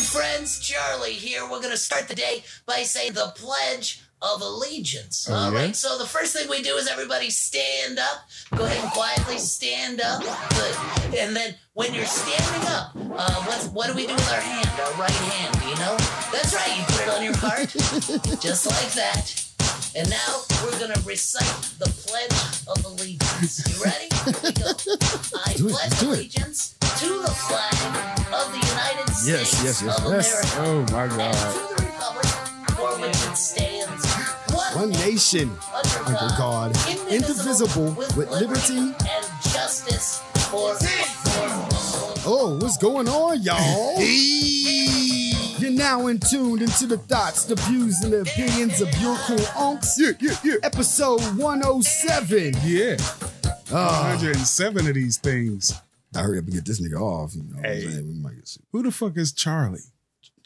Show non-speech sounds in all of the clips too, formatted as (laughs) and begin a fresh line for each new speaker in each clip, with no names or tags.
friends, Charlie here. We're going to start the day by saying the Pledge of Allegiance.
Oh,
All
yeah?
right, so the first thing we do is everybody stand up. Go ahead and quietly stand up. Good. And then when you're standing up, uh, what's, what do we do with our hand, our right hand, you know? That's right, you put it on your heart, just like that. And now we're going to recite the Pledge of Allegiance. You ready? Here we go.
(laughs)
I
Do it,
pledge
do it.
allegiance to the flag of the United States
Yes, yes, yes,
of
yes.
America
Oh my
and
God.
to the republic for which it stands,
One nation
under
under God, indivisible, with liberty.
and justice for all.
Oh, what's going on, y'all? You're now in tune into the thoughts, the views, and the opinions of your cool unks.
Yeah, yeah, yeah.
Episode 107.
Yeah.
Ah,
107 of these things.
I hurry up and get this nigga off. You know what I'm
Hey.
saying? We might get sued.
Who the fuck is Charlie?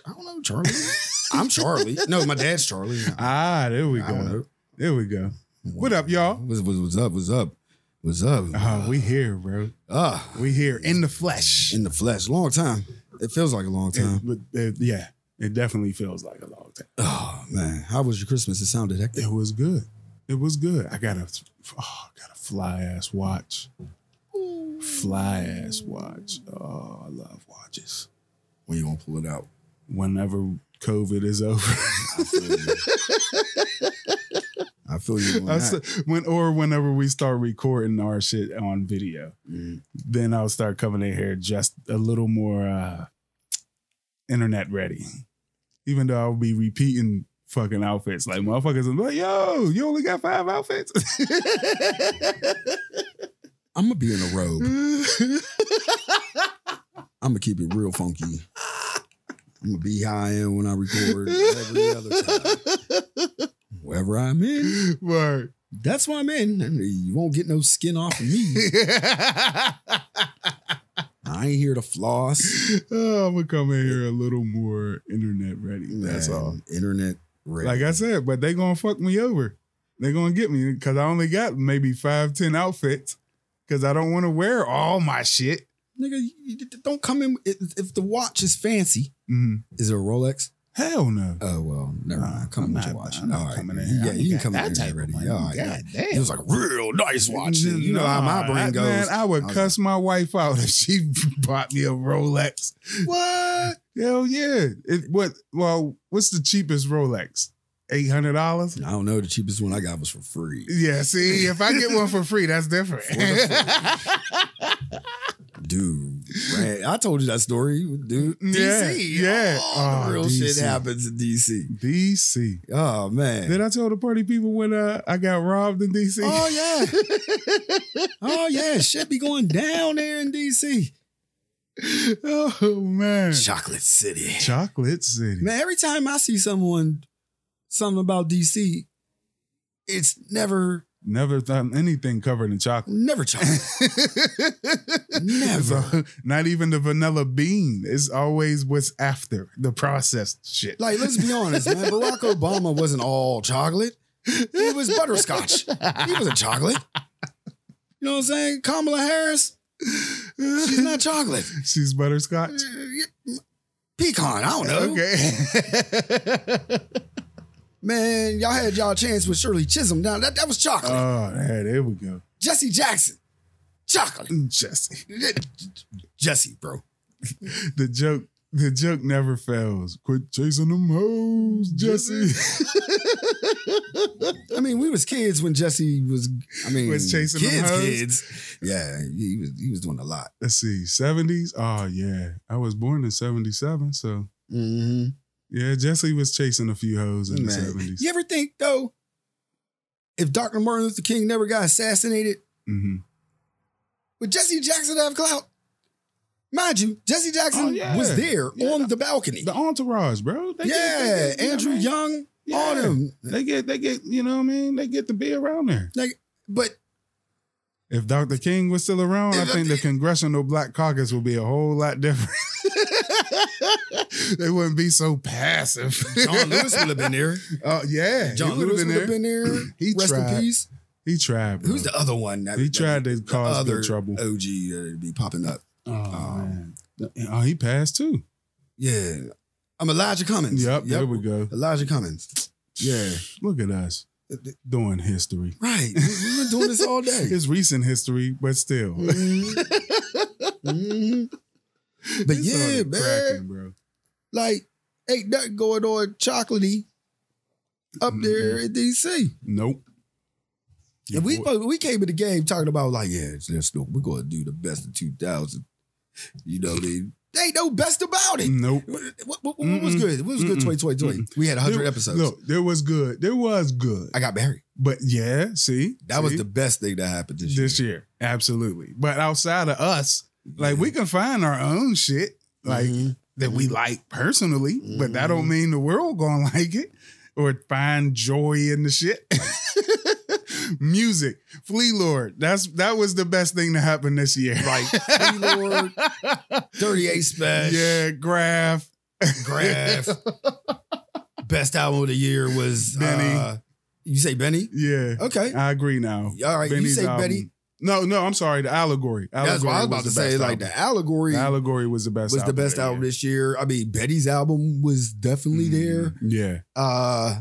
I don't know, Charlie. (laughs) I'm Charlie. No, my dad's Charlie.
Ah, there we
I don't
go.
know.
There we go. What up, y'all?
What's, what's, what's up? What's up? What's up?
Ah, we here, bro.
Ah,
We here in the flesh.
in the flesh. Long time. It feels like a long
It-
time.
but, uh, yeah, it definitely feels like a long time.
Oh man, how was your Christmas? It sounded hectic.
It was good. It was good. I got a, oh, I got a fly ass watch. Fly ass watch. Oh, I love watches.
When you gonna pull
(laughs)
it out?
Whenever COVID is over,
I feel you. I feel you. on
I
that.
s- when or whenever we start recording our shit on video,
Mm.
then I'll start coming in here just a little more uh internet ready. Even though I'll be repeating fucking outfits like motherfuckers and like, yo, you only got five outfits. (laughs)
I'm gonna be in
(laughs)
a robe. I'm gonna keep it real funky. I'm gonna be high end when I record every other time.
(laughs)
Wherever I'm in,
Word.
that's why I'm in. And You won't get no skin off
(laughs)
of me. I ain't here to floss.
Oh, I'm gonna come in here a little more internet ready. That's
Man,
all.
Internet. Ready.
Like I said, but they gonna fuck me over. They gonna get me because I only got maybe five, ten outfits. Cause I don't want to wear all my shit.
Nigga, you, you don't come in. If if the watch is fancy,
Mhm.
is it a Rolex?
Hell no.
Oh well, never
Nah,
mind. Come
I'm
in with your
not-
watch.
I'm not
All right,
coming in. I
yeah,
ain't
you
got
can come
that
in
type
here
of
ready.
money.
All
God
right, yeah.
damn.
It was like real nice watch.
No,
you know how my brain
I-
goes.
Man, I would cuss my wife out if she (laughs) bought me a Rolex. What? Hell yeah. It what well, what's the cheapest Rolex? Eight hundred dollars?
I don't know. The cheapest one I got was for free.
Yeah, see, if I get one for free, that's different.
For the Dude, right. I told you that story,
(laughs)
dude.
(laughs) Yeah,
DC,
yeah.
Oh, the
Oh,
real shit
DC.
happens in DC.
DC.
Oh
(laughs)
man.
Did I tell the party people when uh, I got robbed in DC?
Oh yeah. oh yeah. Shit be going down there in DC.
(laughs) Oh, man.
Chocolate City.
Chocolate City.
Mm. Man, every time I see someone something about DC, it's never
Never thought anything covered in chocolate.
never (laughs) chocolate.
It's
never.
a- (laughs) not even the vanilla bean. It's always what's after the processed shit.
Like, let's be honest, man. Barack Obama wasn't all chocolate. He was butterscotch. He wasn't chocolate. You know what I'm saying? Kamala Harris, she's not chocolate.
She's butterscotch.
Pecan, I don't know. (laughs)
Okay.
Man, y'all had y'all chance with Shirley Chisholm. Now that, that was chocolate.
oh, yeah, there we go. Mm,
Jesse Jackson, chocolate.
Jesse.
Jesse, bro.
The joke, the joke never fails. Quit chasing them hoes, Jesse.
I mean, we was kids when Jesse was. I mean,
Was chasing them
kids,
hoes?
kids. Yeah, he was. He was doing a lot.
(laughs) Let's see, 70s? Oh yeah. I was born in 77, so
Mm-hmm.
yeah, Jesse was chasing a few hoes in the 70s.
You ever think though, if Dr. Martin Luther King never got assassinated,
hmm
would Jesse Jackson have clout? (laughs) Mind you, Jesse Jackson
Oh, yeah.
was there
Yeah.
on the balcony.
The entourage, bro. They get-
yeah,
they get- you know what I
Andrew
mean?
Young,
Yeah.
all them.
They get, they get, you know what I mean? They get to be around there.
But
If Dr. King was still around, I think the Congressional Black Caucus would be a whole lot different. (laughs) they wouldn't be so passive. (laughs)
John Lewis would have been there.
Oh yeah,
John
he would
Lewis
have
would
been there.
have been there.
He
Rest
tried.
in peace.
He tried. Bro.
Who's the other one? That,
He tried to
the
cause
other uh,
big trouble.
OG that be popping up.
Oh, man. oh, he passed uh, too.
Yeah.
I'm Elijah Cummings.
Yep, there we go.
Elijah Cummings.
Yeah, look at us doing history.
Right. We've been doing this all day.
(laughs) It's recent history, but still.
Mhm. But
It's
yeah,
already
man.
cracking, bro.
Like, ain't nothing going on chocolatey up there in DC.
Nope.
(laughs)
Yeah,
and we
boy.
supposed- we came in the game talking about like, yeah, it's just, we're going to do the best of 2000. You know, they they know best about it.
nope.
What, what- what- what was
Mm-mm.
good? What was good?
Mm-mm.
2020. We had 100
There-
episodes.
Look, there was good. There was good.
I got married.
But yeah, see?
That was
See?
the best thing that happened this,
this year. Absolutely. But outside of us, like we can find our own shit like
Mhm.
that we like personally, but that don't
Mhm.
mean the world gonna (laughs) like it or find joy in the shit. (laughs) Music, Flea Lord. That's that was the best thing to happen
(laughs)
this year. (laughs)
Right. Free (laughs) Lord, 38 Special,
yeah, Graph. (laughs)
Graph. best album of the year was
Benny.
uh, you say Benny?
Yeah,
Okay.
I agree now.
All right. you
Benny's
say
album-
Benny.
No, no, I'm sorry. The allegory.
That's what I was about to
the
say.
best
Like
album.
the allegory
The allegory was the best.
was the
album
best
that
album
year.
this year. I mean, Betty's album was definitely there.
Mm-hmm. Yeah,
Uh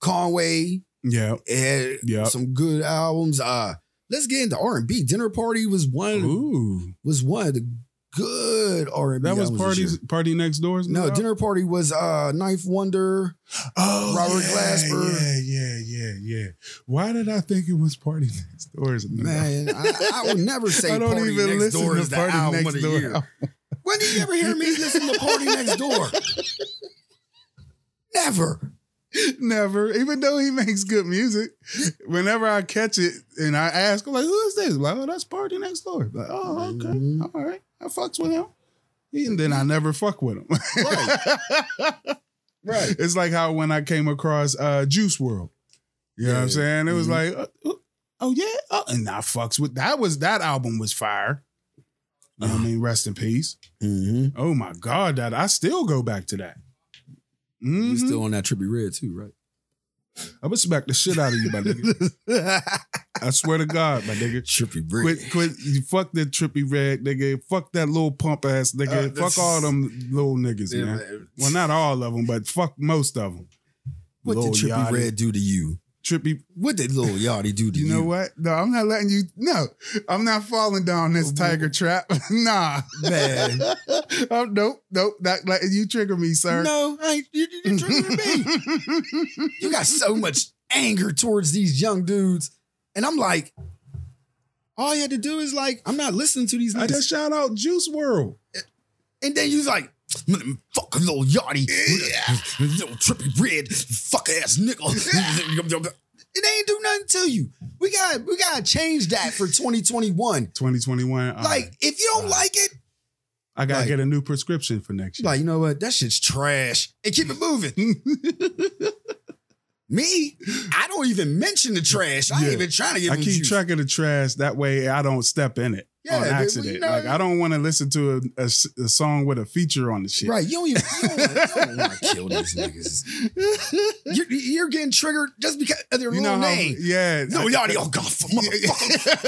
Conway
yeah.
had
Yep.
some good albums. Uh let's get into R and B. Dinner Party was one
Ooh,
was one of the good R and B.
that was parties. Party next doors.
No,
album?
Dinner Party was uh Knife Wonder.
Oh,
Robert
yeah,
Glasper.
Yeah, yeah, yeah, yeah. Why did I think it was Party (laughs) Next Door? Is another-
Man, I, I would never (laughs) say
I don't
Party
even
Next
listen
Door
to
is the
Party
album
Next
of the
Door.
year. When did you ever hear me listen to Party Next Door? Never.
(laughs) Never, even though he makes good music. Whenever I catch it and I ask, like, who is this? Like, oh, that's Party Next Door. Like, oh, okay.
Mhm.
All right. I fucks with him. And then I never fuck with him.
Right.
It's like how when I came across uh, Juice World. You know what I'm
Yeah.
saying? It was
Mhm.
like, oh, oh, oh, yeah, oh, and I fucks with that was that album was fire. You know what I mean, rest in peace.
Mm-hmm.
Oh my god, that I still go back to that. Mhm.
You're still on that trippy red too, right?
I respect the shit out of you, my nigga.
(laughs)
I swear to God, my nigga.
trippy red.
Quit, quit, you fuck that trippy rag, nigga. Fuck that little pump ass,
Uh,
nigga.
that's-
fuck all them little niggas,
Yeah,
man.
man.
Well, not all of them, but fuck most of them.
What
Lil
did Trippy
Yachty.
Red do to you?
Trippy,
What did Lil Yachty do to you?
you know what? No, I'm not letting you. No, I'm not falling down this tiger trap. (laughs) nah,
Oh, Man.
(laughs) oh, nope, nope. Not letting you trigger me, sir.
No, I ain't, you, you- you're tricking (laughs) me. You got so much anger towards these young dudes, and I'm like, all you had to do is like, I'm not listening to these
I
niggas.
just shout out Juice World.
and then you's like, "Mm, fuck a little yachty, little trippy red, fuck ass nickel. (laughs) It ain't do nothing to you. We got we gotta change that for 2021.
2021. all
Like,
right.
if you don't like it,
I gotta
like-
get a new prescription for next
you
year.
like, you know what? That shit's trash. And keep it moving. Me, I don't even mention the trash. I (laughs)
Yeah.
ain't even trying to get
I
them
keep
juice.
track of the trash. That way, I don't step in it
Yeah,
on
dude, well, you
accident.
know-
like I don't want to listen to a, a s- a song with a feature on the shit.
Right. You don't even you don't, you don't
(laughs)
want to kill these niggas. You're, you're getting triggered just because of their
You know
little
how?
name.
(laughs) Yeah.
No,
I,
y'all need oh god for motherfucker.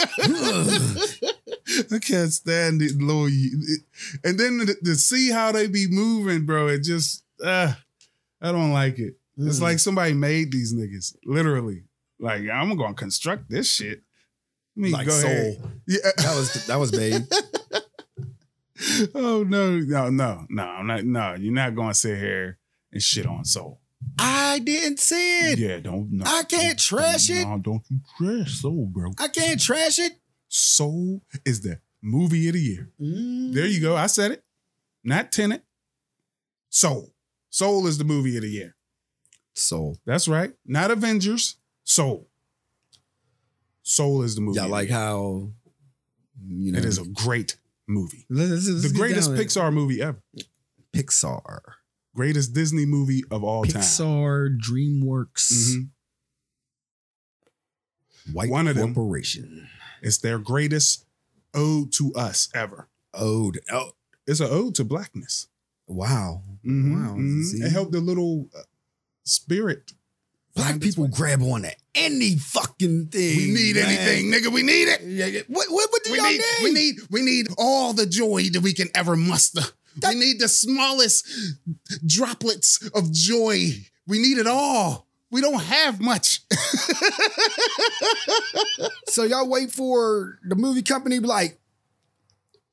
I can't stand it, Lil. Ye- And then to, to see how they be moving, bro, it just uh, I don't like it.
Mm.
It's like somebody made these niggas, literally. Like I'm gonna construct this shit. Let me
(laughs) like
go
soul.
ahead. Yeah. (laughs)
That was that was babe.
Oh no, no, no, no, I'm not no, you're not gonna sit here and shit on soul.
I didn't see it.
Yeah, don't no.
I can't
Don't-
trash
don't-
it.
No, don't you trash soul, bro.
I can't trash it.
Soul is the movie of the year. There you go. I said it. Not tenant. Soul. Soul is the movie of the year.
Soul.
That's right. Not Avengers. Soul. Soul is the movie.
Yeah,
of the
like
year.
how you know
it is a great movie.
Let's- let's- let's
the
get
greatest
down to
Pixar movie ever.
Pixar.
Greatest Disney movie of all time.
Pixar, DreamWorks,
Mhm.
White
One of them.
Corporation.
It's their greatest ode to us ever.
Ode. Oh,
It's an ode to blackness. Mm-hmm.
wow. Wow, see?
It helped the little uh, spirit.
Black
Find its
people grab on to any fucking thing. man.
nigga. We need it.
Yeah, yeah. What, what, what do y'all need?
we need, we need all the joy that we can ever muster.
That-
we need the smallest droplets of joy. We need it all. We don't have much.
So y'all wait for the movie company to be like,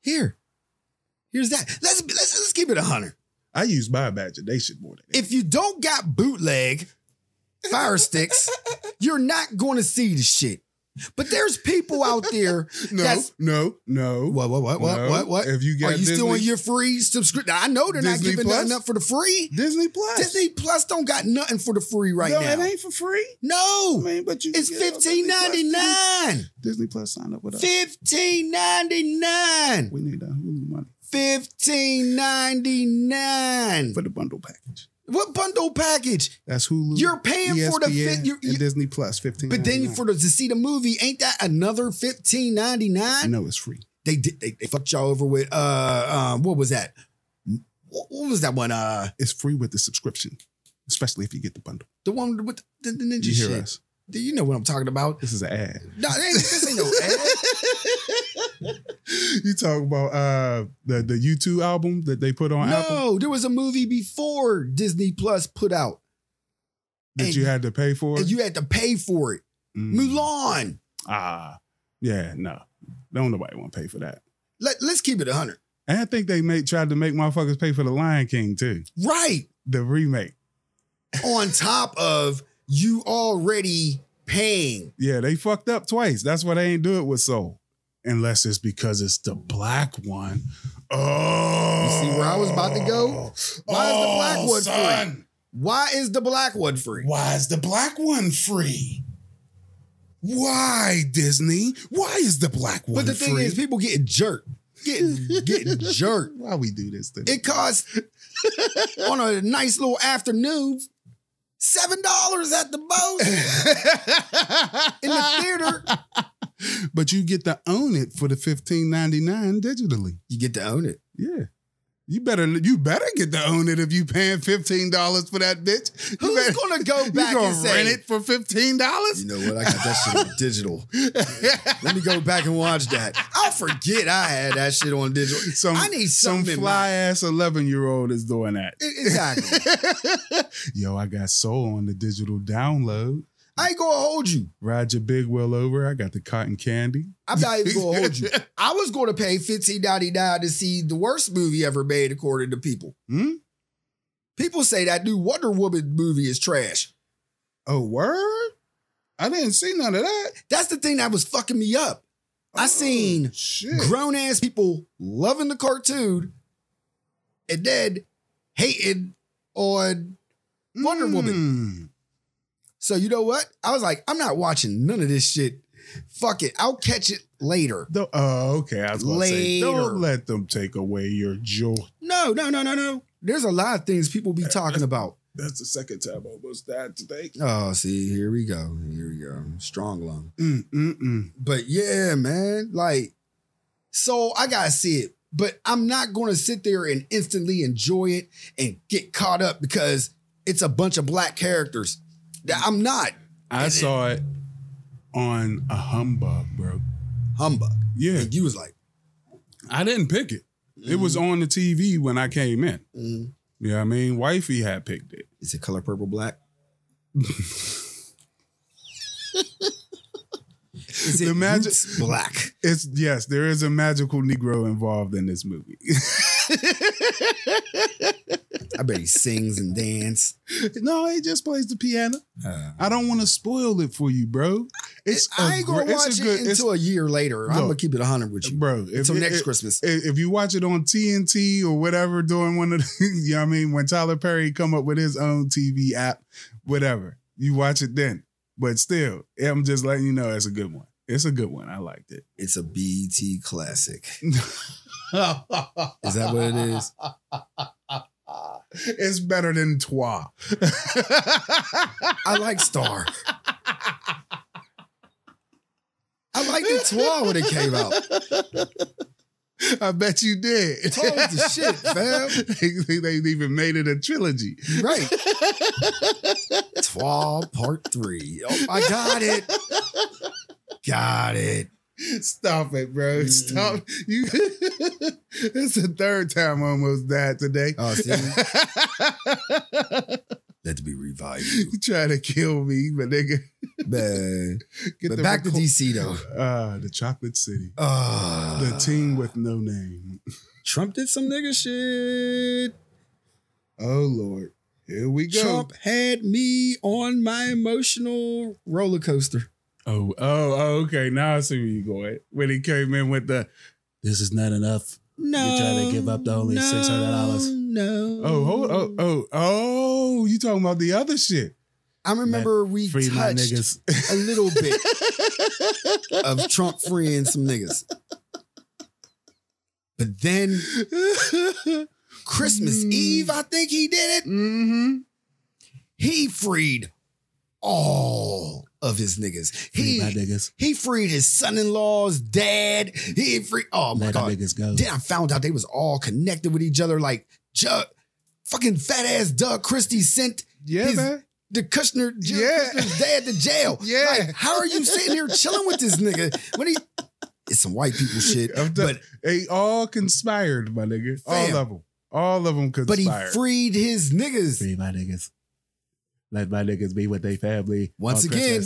here, here's that. Let's let's, let's keep it a hundred.
I use my imagination more than anything.
If you don't got bootleg fire
(laughs)
sticks, you're not going to see the shit. But there's people out
(laughs)
there.
No,
That's-
no,
No.
What what what what
no.
what what?
If you got
Are you still on
Disney-
your free subscription? I know they're
Disney
not giving
Plus?
nothing up for the free.
Disney Plus?
Disney Plus don't got nothing for the free right
no,
now.
it ain't for free. I
no,
mean, but you. can
it's
get it on
fifteen ninety
Disney Plus.
nine.
Disney Plus sign up with us.
Fifteen ninety nine.
We need that Hulu money
Fifteen ninety nine.
for the bundle package.
What bundle package?
That's Hulu. E
You're paying for the
ESPN,
fit. You're,
and
you
Disney Plus fifteen.
but then for the, to see the movie, ain't that another fifteen ninety nine?
no, it's free.
They did. They, they fucked y'all over with. Uh, um, what was that? What, what was that one? Uh,
It's free with the subscription, especially if you get the bundle.
the one with the, the ninja
You hear
shit.
us?
Do you know what I'm talking about?
This is an ad.
No, they ain't- this ain't no
(laughs)
ad.
you talk about uh the the U two album that they put on Apple
no, there was a movie before Disney Plus put out,
that
and-
you had to pay for.
and you had to pay for it.
Mm.
Mulan.
Ah, yeah, no, don't nobody want to pay for that.
Let, let's keep it 100.
And I think they made tried to make motherfuckers pay for the Lion King too,
Right.
the remake.
On top of you already paying.
Yeah, they fucked up twice. That's why they ain't do it with Soul, unless it's because it's the black one. Oh,
You see where I was about to go? Why is the black one free?
son.
Why is the black one free?
Why is the black one free?
Why Disney? Why is the black
But the thing is, people getting jerked. Getting, (laughs) getting
(laughs)
jerked.
why we do this thing?
It costs on a nice little afternoon seven dollars at the most in the theater.
but you get to own it for the fifteen ninety nine digitally.
You get to own it.
Yeah. You better you better get to own it if you paying fifteen dollars for that bitch. You
Who's
better-
gonna go
you
back
gonna
and say
rent it for fifteen dollars?
You know what? I got that shit
(laughs)
on digital. Let me go back and watch that. I'll forget I had that shit on digital.
Some
I need
some
something in
fly ass eleven year old is doing that.
E- Exactly.
Yo, I got soul on the digital download.
I ain't gonna hold you.
Ride your big well over. I got the cotton candy.
I'm not even gonna hold you. I was gonna pay fifteen ninety nine to see the worst movie ever made, according to people.
Hmm?
People say that new Wonder Woman movie is trash.
Oh word? I didn't see none of that. Oh,
That's the thing that was fucking me up. I seen
shit.
grown ass people loving the cartoon and then hating on Wonder
Mm. Woman.
So you know what? I was like, I'm not watching none of this shit. Fuck it. I'll catch it later.
Don't- oh, okay. I was gonna say,
Later.
don't let them take away your joy.
No, no, no, no, no. There's a lot of things people be talking about.
That's the second time I almost died today.
Oh, see, here we go. Here we go. Strong lung.
Mm, mm, mm.
But yeah, man, like, so I gotta see it. But I'm not gonna sit there and instantly enjoy it and get caught up because it's a bunch of black characters. That I'm not
I saw it on a humbug, bro.
humbug.
Yeah,
And you was like,
I didn't pick it. It was on the TV when I came in.
Mm.
You know what I mean? Wifey had picked it.
is it color purple black? is it
The magic-
Roots black?
It's yes, there is a magical Negro involved in this movie. (laughs)
I bet he sings and dance.
no, he just plays the piano.
Uh,
I don't want to spoil it for you, bro. It's
I
a
ain't gonna
gr- it's a
watch it
good- it's-
until a year later. I'm gonna
Look.
keep it 100 with you.
bro. If
until
it-
next
it-
Christmas.
if if you watch it on TNT or whatever during one of the, (laughs) you know what I mean, when Tyler Perry come up with his own TV app, whatever, you watch it then. But still, I'm just letting you know it's a good one. It's a good one. I liked
(laughs)
it. (laughs)
it's a BET classic. Is that what it
(laughs)
is?
It's better than Trois.
I like Star. I liked the Twa when it came out.
(laughs) I bet you did.
Twa was
(laughs)
the shit, fam.
they, they even made it a trilogy.
You
(laughs)
Right. Twa part three. Oh, I got it. Got it.
Stop
Mm-hmm.
it, bro. Stop.
(laughs)
You It's the third time I almost died today.
(laughs)
Oh, see, let to be revived, you.
you trying to kill me, but nigga.
man.
Get
But back to
record-
DC though.
Uh, the Chocolate City.
Uh,
The team with no name.
Trump did some nigga shit.
Oh Lord. Here we go.
Trump had me on my emotional roller coaster.
Oh, oh, oh, okay. Now I see where you're going. When he came in with the, this is not enough.
No,
tried to give up the only $600.
No,
Oh, hold, oh,
Mm.
oh, oh, you talking about the other shit.
I remember we
Free my
touched
niggas.
a little
(laughs)
bit of Trump freeing some niggas, but then Christmas
Mm.
Eve, I think he did it.
mm-hmm.
He freed all of his niggas.
Free
He
my niggas.
He freed his son-in-law's dad. He freed. Oh my
Let the
god!
niggas go.
Then I found out they was all connected with each other. Like, Ju- fucking fat ass Doug Christie sent
Yeah,
His-
man.
the Kushner, Jared
Yeah.
Kushner's dad to jail.
Yeah.
Like, how are you sitting here chilling with this nigga when he? It's some white people
(laughs)
shit,
I'm done.
but
They all conspired, my nigga.
Fam.
All of them. All of them
but
conspired.
he freed his niggas
Free my niggas. Let my niggas be with their family.
once again.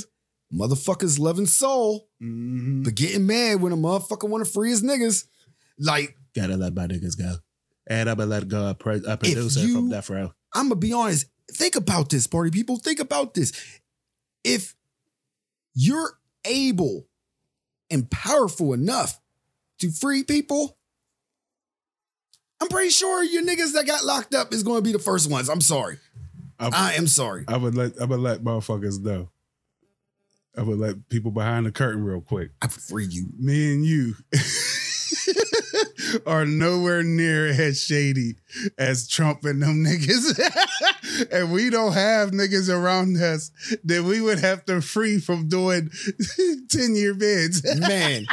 Motherfuckers loving soul,
hmm
but getting mad when a motherfucker want to free his niggas. Like,
Gotta let my niggas go. And I'm gonna let go a, pro- a producer
you- (laughs)
from Death Row.
I'm gonna be honest. Think about this, party people. Think about this. If you're able and powerful enough to free people, I'm pretty sure your niggas that got locked up is gonna be the first ones. I'm sorry.
I'm-
I am sorry.
I would let I would let motherfuckers know. I would let people behind the curtain real quick.
I would free you.
Me and you (laughs) are nowhere near as shady as Trump and them (laughs) niggas. and we don't have niggas around us that we would have to free from doing (laughs) 10 year bids.
Man,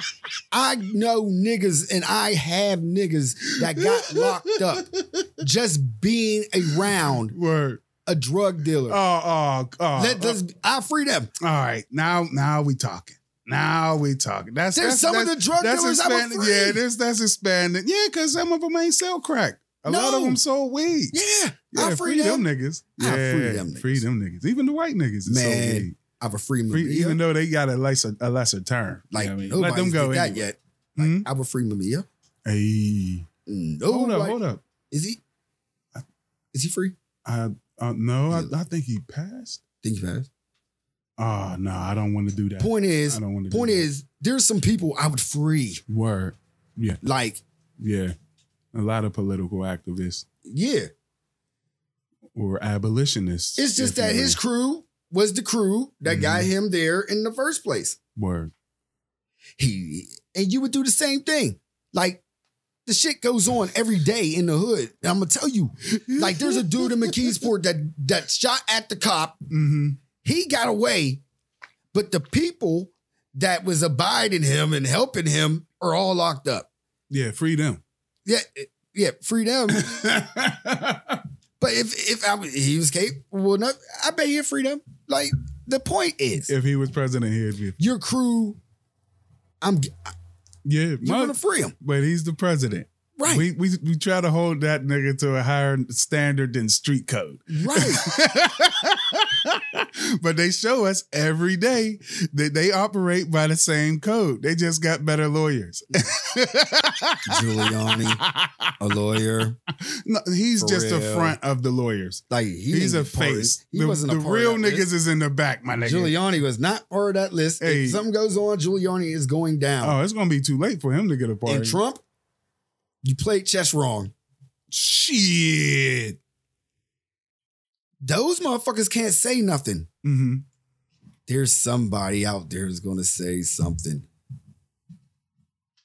I know niggas and I have niggas that got locked up just being around
(laughs) Word.
a drug
Oh,
dealer.
oh, oh.
Let, us I free them.
all right. Now now we talking. Now we talking. That's
There's
that's,
some
that's,
of the drug
that's
dealers I would
expanding.
free.
Yeah, there's that's expanding. Yeah, because some of them ain't sell crack. A lot of
No.
them sold weed.
Yeah,
Yeah,
I
free,
free
them
them.
niggas.
I free them
Free
niggas.
them niggas. Even the white niggas. is
Man,
so weak.
I have a free
free,
Mamiya.
even though they got a lesser a lesser term. You
like
know what I mean?
nobody's
let them go.
did that
anyway.
yet. Like,
Mhm.
I have a free Mamiya.
Hey,
No,
hold up,
like-
hold up.
is he? Is he free?
I uh, no,
Yeah.
I, I think he passed.
Think he has.
Oh no, I don't want to do that.
Point
I
is,
don't want to.
point
do that.
is, there's some people I would free.
word.
Like,
Yeah, a lot of political activists
yeah,
or abolitionists.
it's just
if you
that his
will.
crew was the crew that got
Mhm.
him there in the first place.
word.
He and you would do the same thing. Like, the shit goes on every day in the hood. And I'm gonna tell you, like, there's a dude in McKeesport that that shot at the cop
hmm
he got away, but the people that was abiding him and helping him are all locked up.
Yeah,
(laughs)
free them.
Yeah, it- yeah, free them. but if if I was, he was capable enough, I bet he'd free them. Like the point is,
if he was president, he'd be.
your crew, I'm
Yeah,
you're
my-
gonna free him,
but he's the president.
right?
We, we we try to hold that nigga to a higher standard than street code.
right.
(laughs) but they show us every day that they operate by the same code. They just got better lawyers.
Giuliani, a lawyer,
No, he's
For
just
real.
a front of the lawyers.
like he
he's a
didn't get part of-
face.
He
the
wasn't a
the
part
real
of that
niggas
list.
is in the back, my nigga.
Giuliani was not part of that list.
Hey.
If something goes on, Giuliani is going down.
Oh, it's gonna be too late for him to get a party.
and Trump, you played chess wrong.
Shit.
Those motherfuckers can't say nothing.
Mm-hmm.
There's somebody out there who's gonna say something.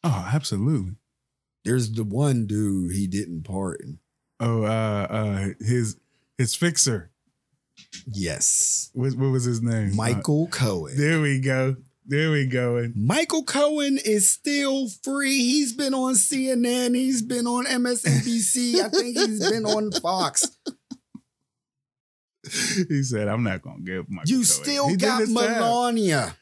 Oh, absolutely.
There's the one dude he didn't pardon.
Oh, uh, uh, his his fixer.
Yes.
What, what was his name? Uh,
Michael Cohen.
There we go. There we go. And
Michael Cohen is still free. He's been on CNN. He's been on MSNBC.
(laughs)
I think he's been on Fox.
he said, "I'm not gonna give my."
You still got Melania.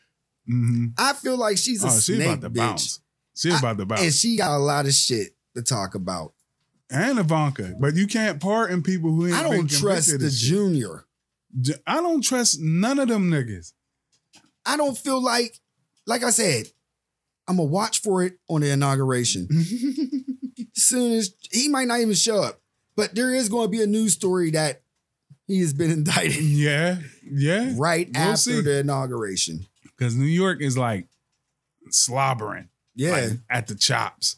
Mm-hmm.
I feel like she's a
Oh, she's
snake
about to
bitch,
bounce. She's
I-
about to bounce.
and she got a lot of shit to talk about.
and Ivanka. But you can't pardon people who ain't
I
been
don't
convicted
trust
of
the
shit.
junior.
Ju- I don't trust none of them niggas.
I don't feel like, like I said, I'm gonna watch for it on the
(laughs)
inauguration. Soon as he might not even show up, but there is going to be a news story that he has been (laughs) indicted
Yeah, yeah.
right
We'll
after
see.
the inauguration.
Because New York is like slobbering,
Yeah,
like, at the chops.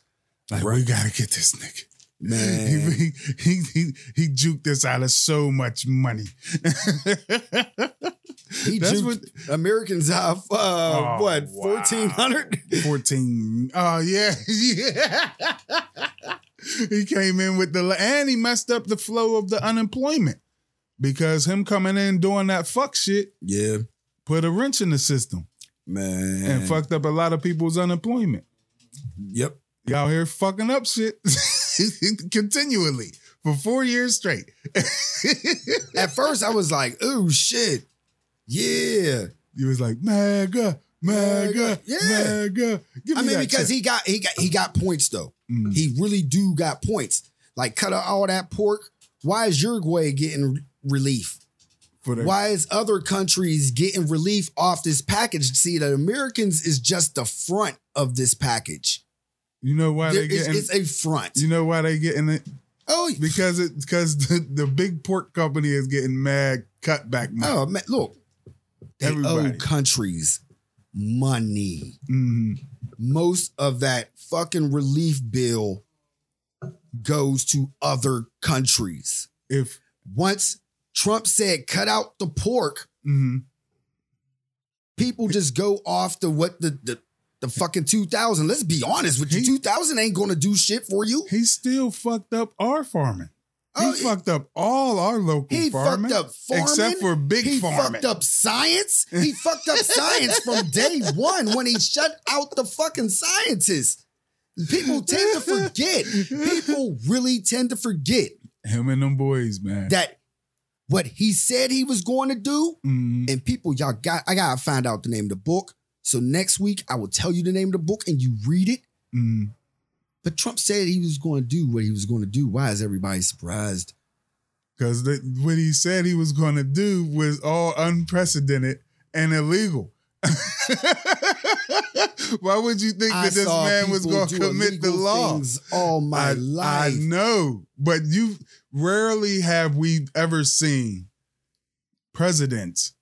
Like we
Right.
gotta get this nigga.
man.
He, he, he, he juked us out of so
(laughs)
much money.
He
That's
juked
what-
Americans off uh,
Oh,
what
wow.
fourteen hundred.
14. Oh, yeah. (laughs) Yeah. he came in with the, and he messed up the flow of the unemployment because him coming in doing that fuck shit
Yeah,
put a wrench in the system
man.
and fucked up a lot of people's unemployment.
Yep.
Y'all here fucking up shit (laughs) continually for four years straight.
At first, I was like, "Ooh, shit, yeah."
He was like, mega, mega,
Yeah.
mega. Give
I
me
mean,
that
because
check.
he got he got he got points though.
Mm.
He really do got points. Like cut out all that pork. Why is Uruguay getting relief?
for the,
Why is other countries getting relief off this package? See, the Americans is just the front of this package.
you know why
There
they
is-
getting
it's a front.
you know why they getting it
Oh,
because it because the, the big pork company is getting mad cutback money.
oh man, look, they
Everybody.
owe countries money.
Mhm.
Most of that fucking relief bill goes to other countries.
If
Once Trump said cut out the pork,
mhm.
people just go off to what the the, the fucking 2000. Let's be honest with you,
He-
2000 ain't gonna do shit for you.
he still fucked up our farming, he
Oh, he-
fucked up all our local
He
farming,
fucked up farming.
except for big
he
farming.
fucked up science. He fucked up science from day one when he shut out the fucking scientists. People tend to forget. People really tend to forget
Him and them boys, man.
that what he said he was going to do,
Mhm.
and people, y'all got I gotta find out the name of the book. So next week I will tell you the name of the book and you read it.
Mhm.
But Trump said he was going to do what he was going to do. Why is everybody surprised?
Because what he said he was going to do was all unprecedented and illegal. (laughs) Why would you think that this man was
people
going to
do
commit the
illegal
law?
things all my
I,
life.
I know, but you rarely have we ever seen presidents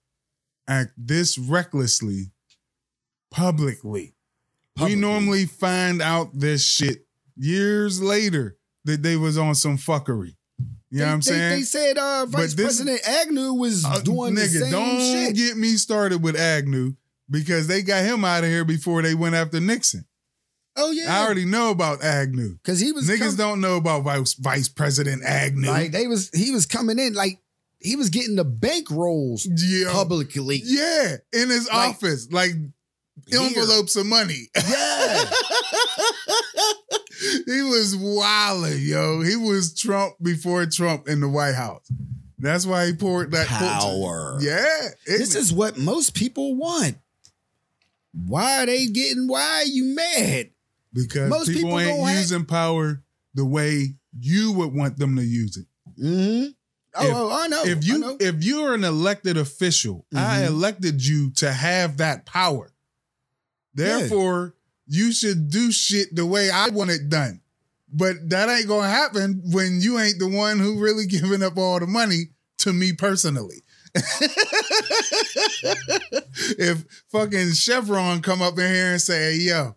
act this recklessly publicly.
Publicly.
We normally find out this shit years later that they was on some fuckery.
They-
You know what I'm
they,
saying?
They said uh, Vice
this-
President Agnew was
Uh,
doing the same
don't
shit.
get me started with Agnew because they got him out of here before they went after Nixon.
oh
I
yeah,
already know about Agnew.
because he was
Niggas
com-
don't know about Vice, Vice President Agnew.
like they was he was coming in like he was getting the bank rolls
yeah,
publicly.
yeah, in his
Like-
office, like
Here.
envelopes of money.
Yeah,
(laughs) he was wilding, yo. He was Trump before Trump in the White House. That's why he poured that
power.
Yeah,
This is what most people want. Why are they getting? Why are you mad?
because
Most
people,
people
ain't
don't have-
using power the way you would want them to use it.
Mm-hmm. Oh,
If-
oh, I know.
if
I
you
know.
if you're an elected official, I
Mhm.
elected you to have that power. Therefore, you should do shit the way I want it done. But that ain't gonna happen when you ain't the one who really (laughs) giving up all the money to me personally. (laughs) if fucking Chevron come up in here and say, hey, yo,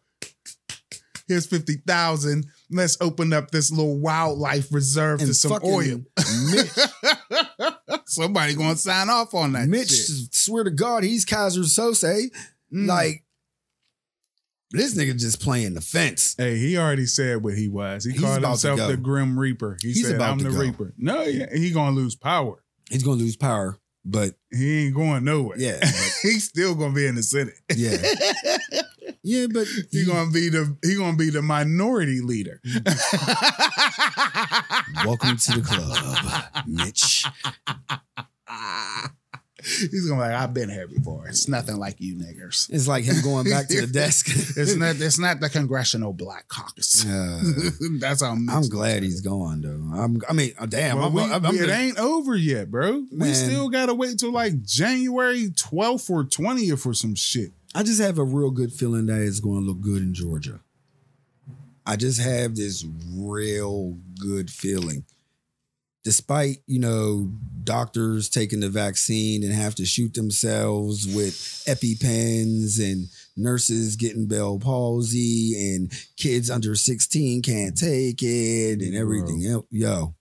here's 50,000. Let's open up this little wildlife reserve to
And
some
fucking
oil. Somebody gonna sign off on that.
Mitch,
shit.
swear to God, he's Kaiser Sose.
Mm.
Like this nigga just playing the fence.
hey, he already said what he was. He
He's
called
about to
himself
go.
the Grim Reaper. He
He's
said,
about
"I'm
to
the
go.
Reaper." No, yeah, he gonna lose power.
He's gonna lose power, but
He ain't going nowhere.
yeah,
(laughs) he's still gonna be in the Senate.
but- yeah,
(laughs)
yeah. (laughs) But
He gonna be the he gonna be the minority leader.
(laughs) welcome to the club, Mitch.
He's gonna be like, I've been here before. It's nothing like you niggers.
It's like him going back
(laughs)
to the desk. (laughs)
It's not it's not the Congressional Black Caucus.
Yeah.
(laughs) That's how I'm
I'm glad he's gone though. I'm, I mean, uh, damn.
Well,
I'm,
we-
I'm,
it
I'm,
ain't over yet, bro. We
Man.
still gotta wait till like January 12th or 20th or some shit.
I just have a real good feeling that it's going to look good in Georgia. I just have this real good feeling. Despite, you know, doctors taking the vaccine and have to shoot themselves with EpiPens and nurses getting Bell palsy and kids under 16 can't take it and everything else. Yo,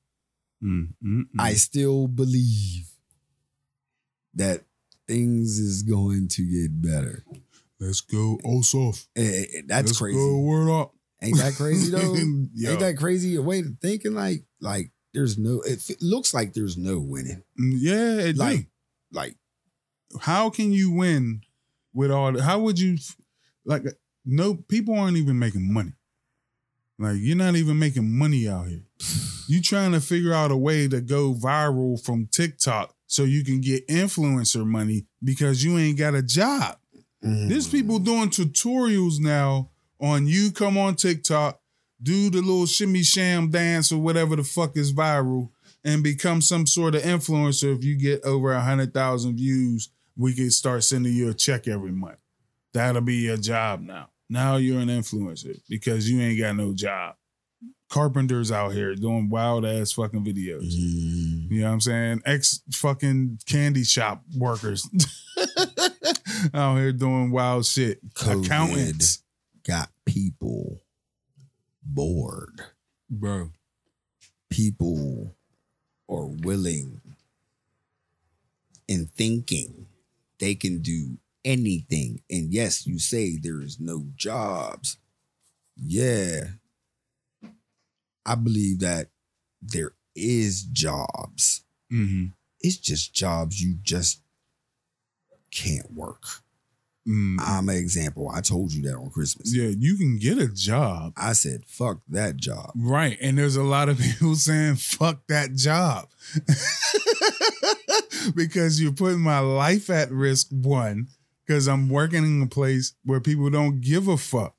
Mm.
I still believe that things is going to get better.
Let's go Osof.
Eh, eh, eh, that's
Let's
crazy.
Go word up.
Ain't that crazy though?
Yo.
Ain't that crazy a way of thinking? Like, like there's no. It f- looks like there's no winning.
Mm, Yeah, it do.
Like, like
how can you win with all the, how would you like no people aren't even making money like you're not even making money out here you trying to figure out a way to go viral from tiktok so you can get influencer money because you ain't got a job there's people doing tutorials now on you come on tiktok do the little shimmy sham dance or whatever the fuck is viral and become some sort of influencer if you get over a 100,000 views we could start sending you a check every month that'll be your job now now you're an influencer because you ain't got no job carpenters out here doing wild ass fucking videos
Mm.
you know what I'm saying? Ex fucking candy shop workers (laughs) out here doing wild shit.
COVID.
Accountants.
got people bored.
Bro.
People are willing and thinking they can do anything. And yes, you say there's no jobs. Yeah. I believe that there is jobs.
Mm-hmm.
it's just jobs you just can't work. I'm an example. I told you that on Christmas.
Mm-hmm. Yeah, you can get a job.
I said, fuck that job.
Right. And there's a lot of (laughs) people saying, fuck that job. (laughs) because you're putting my life at risk, one, because I'm working in a place where people don't give a fuck.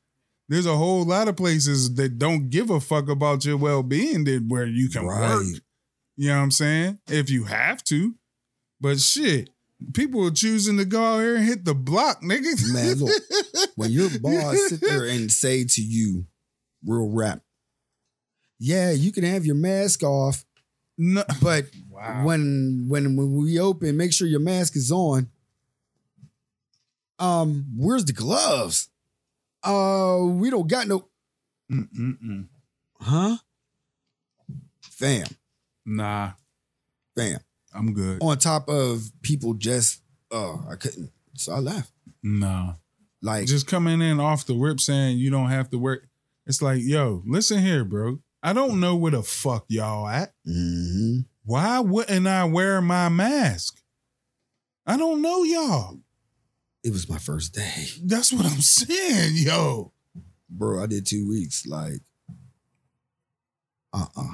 There's a whole lot of places that don't give a fuck about your well being that where you can work. You know what I'm saying? If you have to. But shit, people are choosing to go out here and hit the block, nigga.
Man, look, when your boss sit there and say to you, real rap, yeah, you can have your mask off,
(laughs) No.
but
Wow.
when when when we open, make sure your mask is on. Um, where's the gloves? Uh, we don't got no
Mm-mm-mm.
huh? Fam,
Nah,
fam.
I'm good.
on top of people just oh I couldn't so I left
Nah.
like
Just coming in off the rip saying you don't have to work. It's like, yo, listen here, bro. I don't know where the fuck y'all at.
mhm.
Why wouldn't I wear my mask? I don't know y'all. (laughs)
it was my first day
That's what I'm saying, yo.
bro I did two weeks like uh uh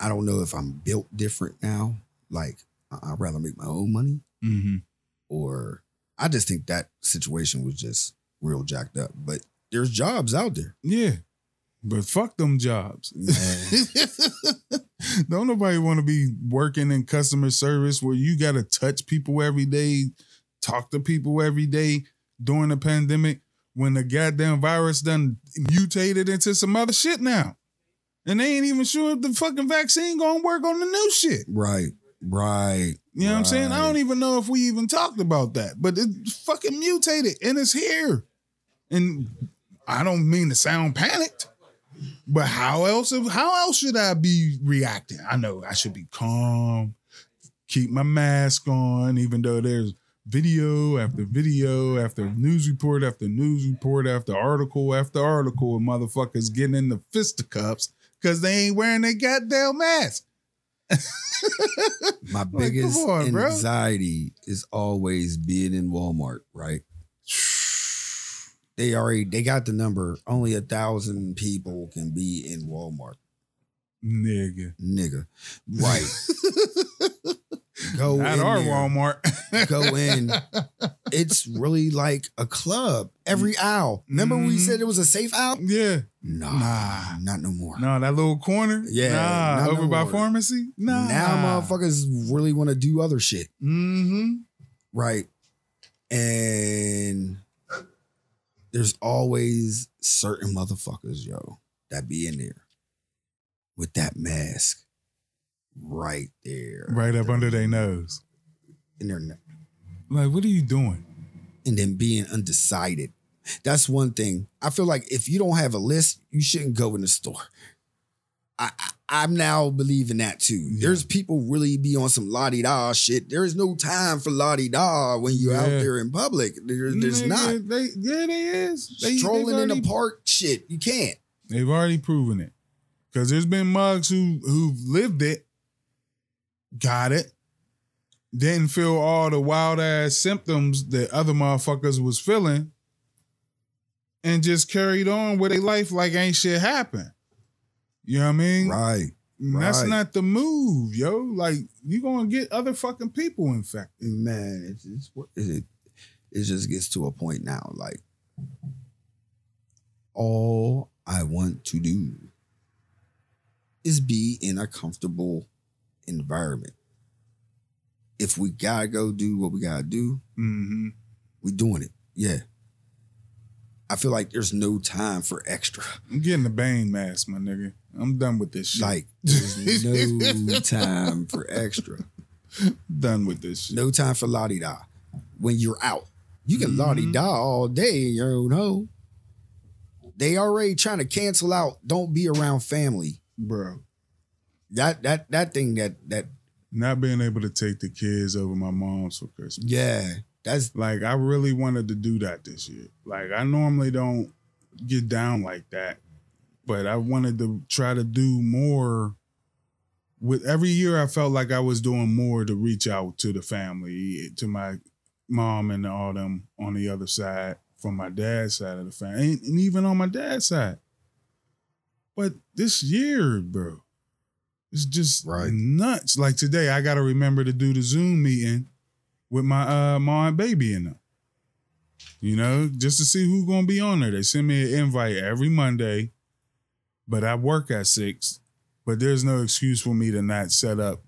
I don't know if I'm built different now like I- I'd rather make my own money
Mm-hmm.
or I just think that situation was just real jacked up but there's jobs out there
Yeah. But fuck them jobs.
man.
(laughs) Don't nobody want to be working in customer service where you got to touch people every day, talk to people every day during the pandemic when the goddamn virus done mutated into some other shit now. And they ain't even sure if the fucking vaccine gonna work on the new shit.
(laughs) right right
You know what I'm saying? I
Right.
don't even know if we even talked about that, but it fucking mutated and it's here. And I don't mean to sound panicked, but how else how else should I be reacting? I know I should be calm, keep my mask on, even though there's video after video after news report after news report after article after article of motherfuckers getting in the fisticuffs because they ain't wearing their goddamn mask.
My
come
biggest
on, bro.
anxiety is always being in Walmart, right? They already they got the number. Only a thousand people can be in Walmart,
Nigga.
nigga. Right?
(laughs)
go
At
Oh, in
our
there.
Walmart. (laughs)
go in. It's really like a club. Every
Mm.
aisle. Remember we
Mhm.
said it was a safe aisle?
yeah.
Nah,
Nah.
not no more.
No, that little corner.
Yeah,
Nah.
not
Over
no
by
more.
pharmacy. Nah.
Now motherfuckers really want to do other shit,
Mm-hmm.
right? And there's always certain motherfuckers, yo, that be in there with that mask right there,
Right up under their nose.
in their neck.
Like, what are you doing?
and then being undecided. That's one thing. I feel like if you don't have a list, you shouldn't go in the store. I, I I'm now believing that too. There's people really be on some la di da shit. There is no time for la di da when you're out
Yeah.
there in public. There- there's
Nigga,
not
They, yeah, they is. They, they've
strolling in the
already-
park shit. You can't.
They've already proven it. Because there's been mugs who who've lived it, got it, didn't feel all the wild ass symptoms that other motherfuckers was feeling, and just carried on with their life like ain't shit happened. You know what I mean?
Right.
That's
right.
not the move, yo. Like you gonna get other fucking people infected.
Man, it's, it's what is it? It just gets to a point now. Like all I want to do is be in a comfortable environment. If we gotta go do what we gotta do,
Mm-hmm.
we doing it. Yeah. I feel like there's no time for extra.
I'm getting the Bane mask, my nigga. I'm done with this shit.
Like (laughs) there's (laughs) no time for extra.
done with this shit.
No time for la di da. When you're out, you can la di da all day in your own home. They already trying to cancel out. Don't be around family.
Bro.
That that that thing that that
Not being able to take the kids over my mom's for Christmas.
yeah. That's
Like I really wanted to do that this year. Like I normally don't get down like that, but I wanted to try to do more. With every year, I felt like I was doing more to reach out to the family, to my mom and all them on the other side, from my dad's side of the family, and, and even on my dad's side. But this year, bro, it's just
Right.
nuts. Like today, I got to remember to do the Zoom meeting with my uh mom and baby in them. You know, just to see who's gonna be on there. They send me an invite every Monday, but I work at six. But there's no excuse for me to not set up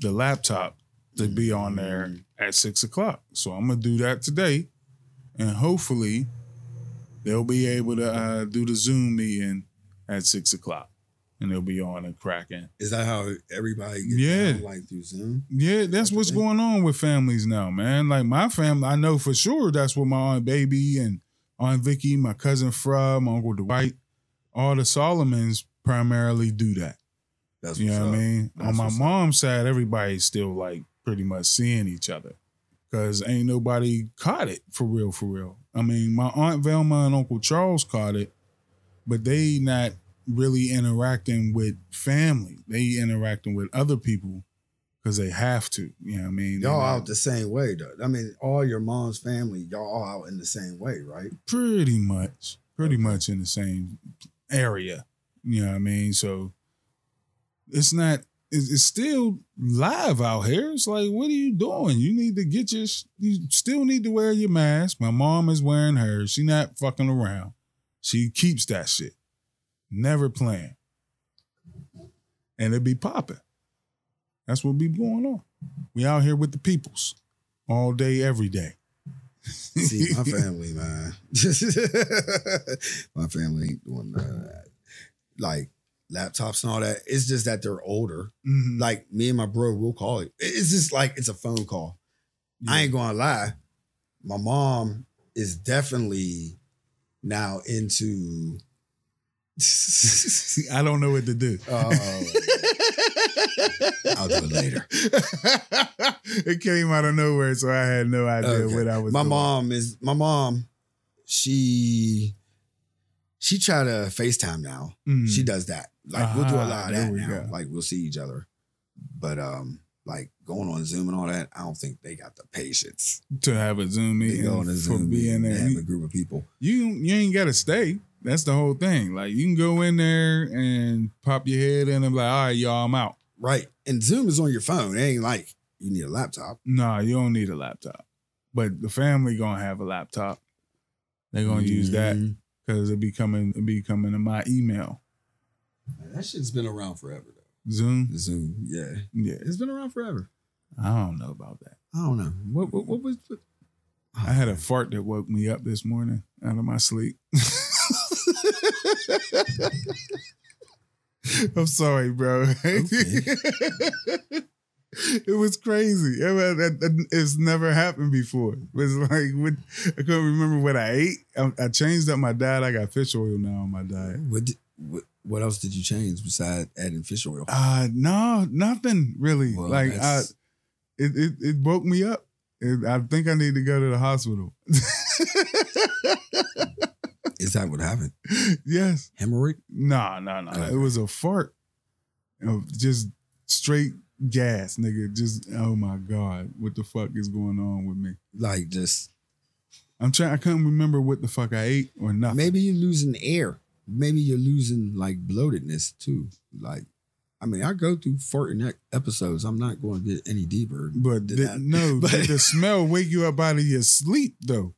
the laptop to be on there at six o'clock. So I'm gonna do that today, and hopefully they'll be able to uh, do the Zoom meeting at six o'clock, and they'll be on and cracking.
is that how everybody
Yeah.
down, like through Zoom?
Yeah, that's what's going on with families now, man. Like my family, I know for sure that's what my aunt Baby and Aunt Vicky, my cousin Fra, my uncle Dwight, all the Solomons primarily do that.
That's
you know what I mean?
That's
On my
what's up.
mom's side, everybody's still like pretty much seeing each other because ain't nobody caught it for real, for real. I mean, my aunt Velma and Uncle Charles caught it, but they not really interacting with family. They interacting with other people because they have to. You know what I mean? They
Y'all
not-
out the same way though. I mean, all your mom's family, y'all all out in the same way, right?
pretty much pretty much in the same area you know what i mean so it's not it's it's still live out here it's like what are you doing you need to get your sh- you still need to wear your mask my mom is wearing hers she not fucking around she keeps that shit never playing and it be popping that's what be going on we out here with the peoples all day every day
See,
(laughs)
my family, man.
(laughs)
my family ain't doing none of that. Like laptops and all that. It's just that they're older.
Mhm.
Like me and my bro will call it. It's just like it's a phone call.
Yeah.
I ain't gonna lie. My mom is definitely now into
(laughs) I don't know what to do.
uh, I'll do it later.
it came out of nowhere, so I had no idea
Okay.
what I was.
my
doing.
mom is my mom, she she try to FaceTime now.
Mm.
she does that. Like we'll do a
Ah,
lot of
there
that
we
now.
go.
Like we'll see each other, but um, like going on Zoom and all that, I don't think they got the patience
to have a Zoom
to
meeting
go on a
for
Zoom
being
meeting and
there.
have a
You,
group of people.
you you ain't gotta stay. That's the whole thing. Like you can go in there and pop your head in and be like, all right, y'all, I'm out.
Right, and Zoom is on your phone. It ain't like
You need a laptop.
No, you don't need a laptop. But the family gonna have a laptop. They're gonna use that
Mm-hmm.
Mhm.
because it be coming it be coming to my email.
That shit's been around forever
(laughs)
though.
Zoom.
Zoom, yeah.
Yeah.
It's been around forever.
I don't know about that.
I don't know. What what, what was what?
I had a fart that woke me up this morning out of my sleep. (laughs) I'm sorry, bro. (laughs) it was crazy. It, was- that- that- it's never happened before. It was like what, I couldn't remember what I ate. I, I changed up my diet. I got fish oil now on my diet.
What, did- what what else did you change besides adding fish oil?
Uh no, nothing really.
Well,
like I,
that's-
it, it it woke me up. It, I think I need to go to the hospital. (laughs)
Is that what happened?
yes.
Hemorrhoid?
Nah, nah, nah.
Okay.
It was a fart of just straight gas, nigga. Just oh my god, what the fuck is going on with me?
Like just
I'm trying. I couldn't remember what the fuck I ate or nothing.
maybe you're losing air. Maybe you're losing like bloatedness too. Like, I mean, I go through farting ec- episodes. I'm not going to get any deeper.
But
Did
the-
not. (laughs)
no,
But-
did the smell wake you up out of your sleep though?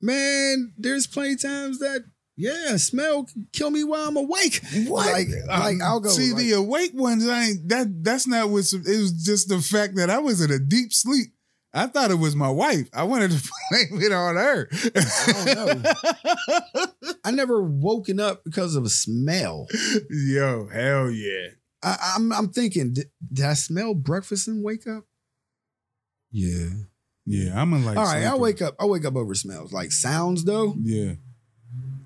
Man, there's plenty times that yeah, smell can kill me while I'm awake. What? Like, like
Um,
I'll go.
see
like-
the awake ones. I ain't that. That's not what's. It was just the fact that I was in a deep sleep. I thought it was my wife. I wanted to (laughs) blame it on her.
I don't know. I never woken up because of
(laughs)
a smell.
(laughs) Yo, hell yeah.
I, I'm I'm thinking, did, did I smell breakfast and wake up? Yeah.
Yeah, I'm a like.
All right, I
sleeper.
wake up. I wake up over smells. Like sounds though,
Yeah.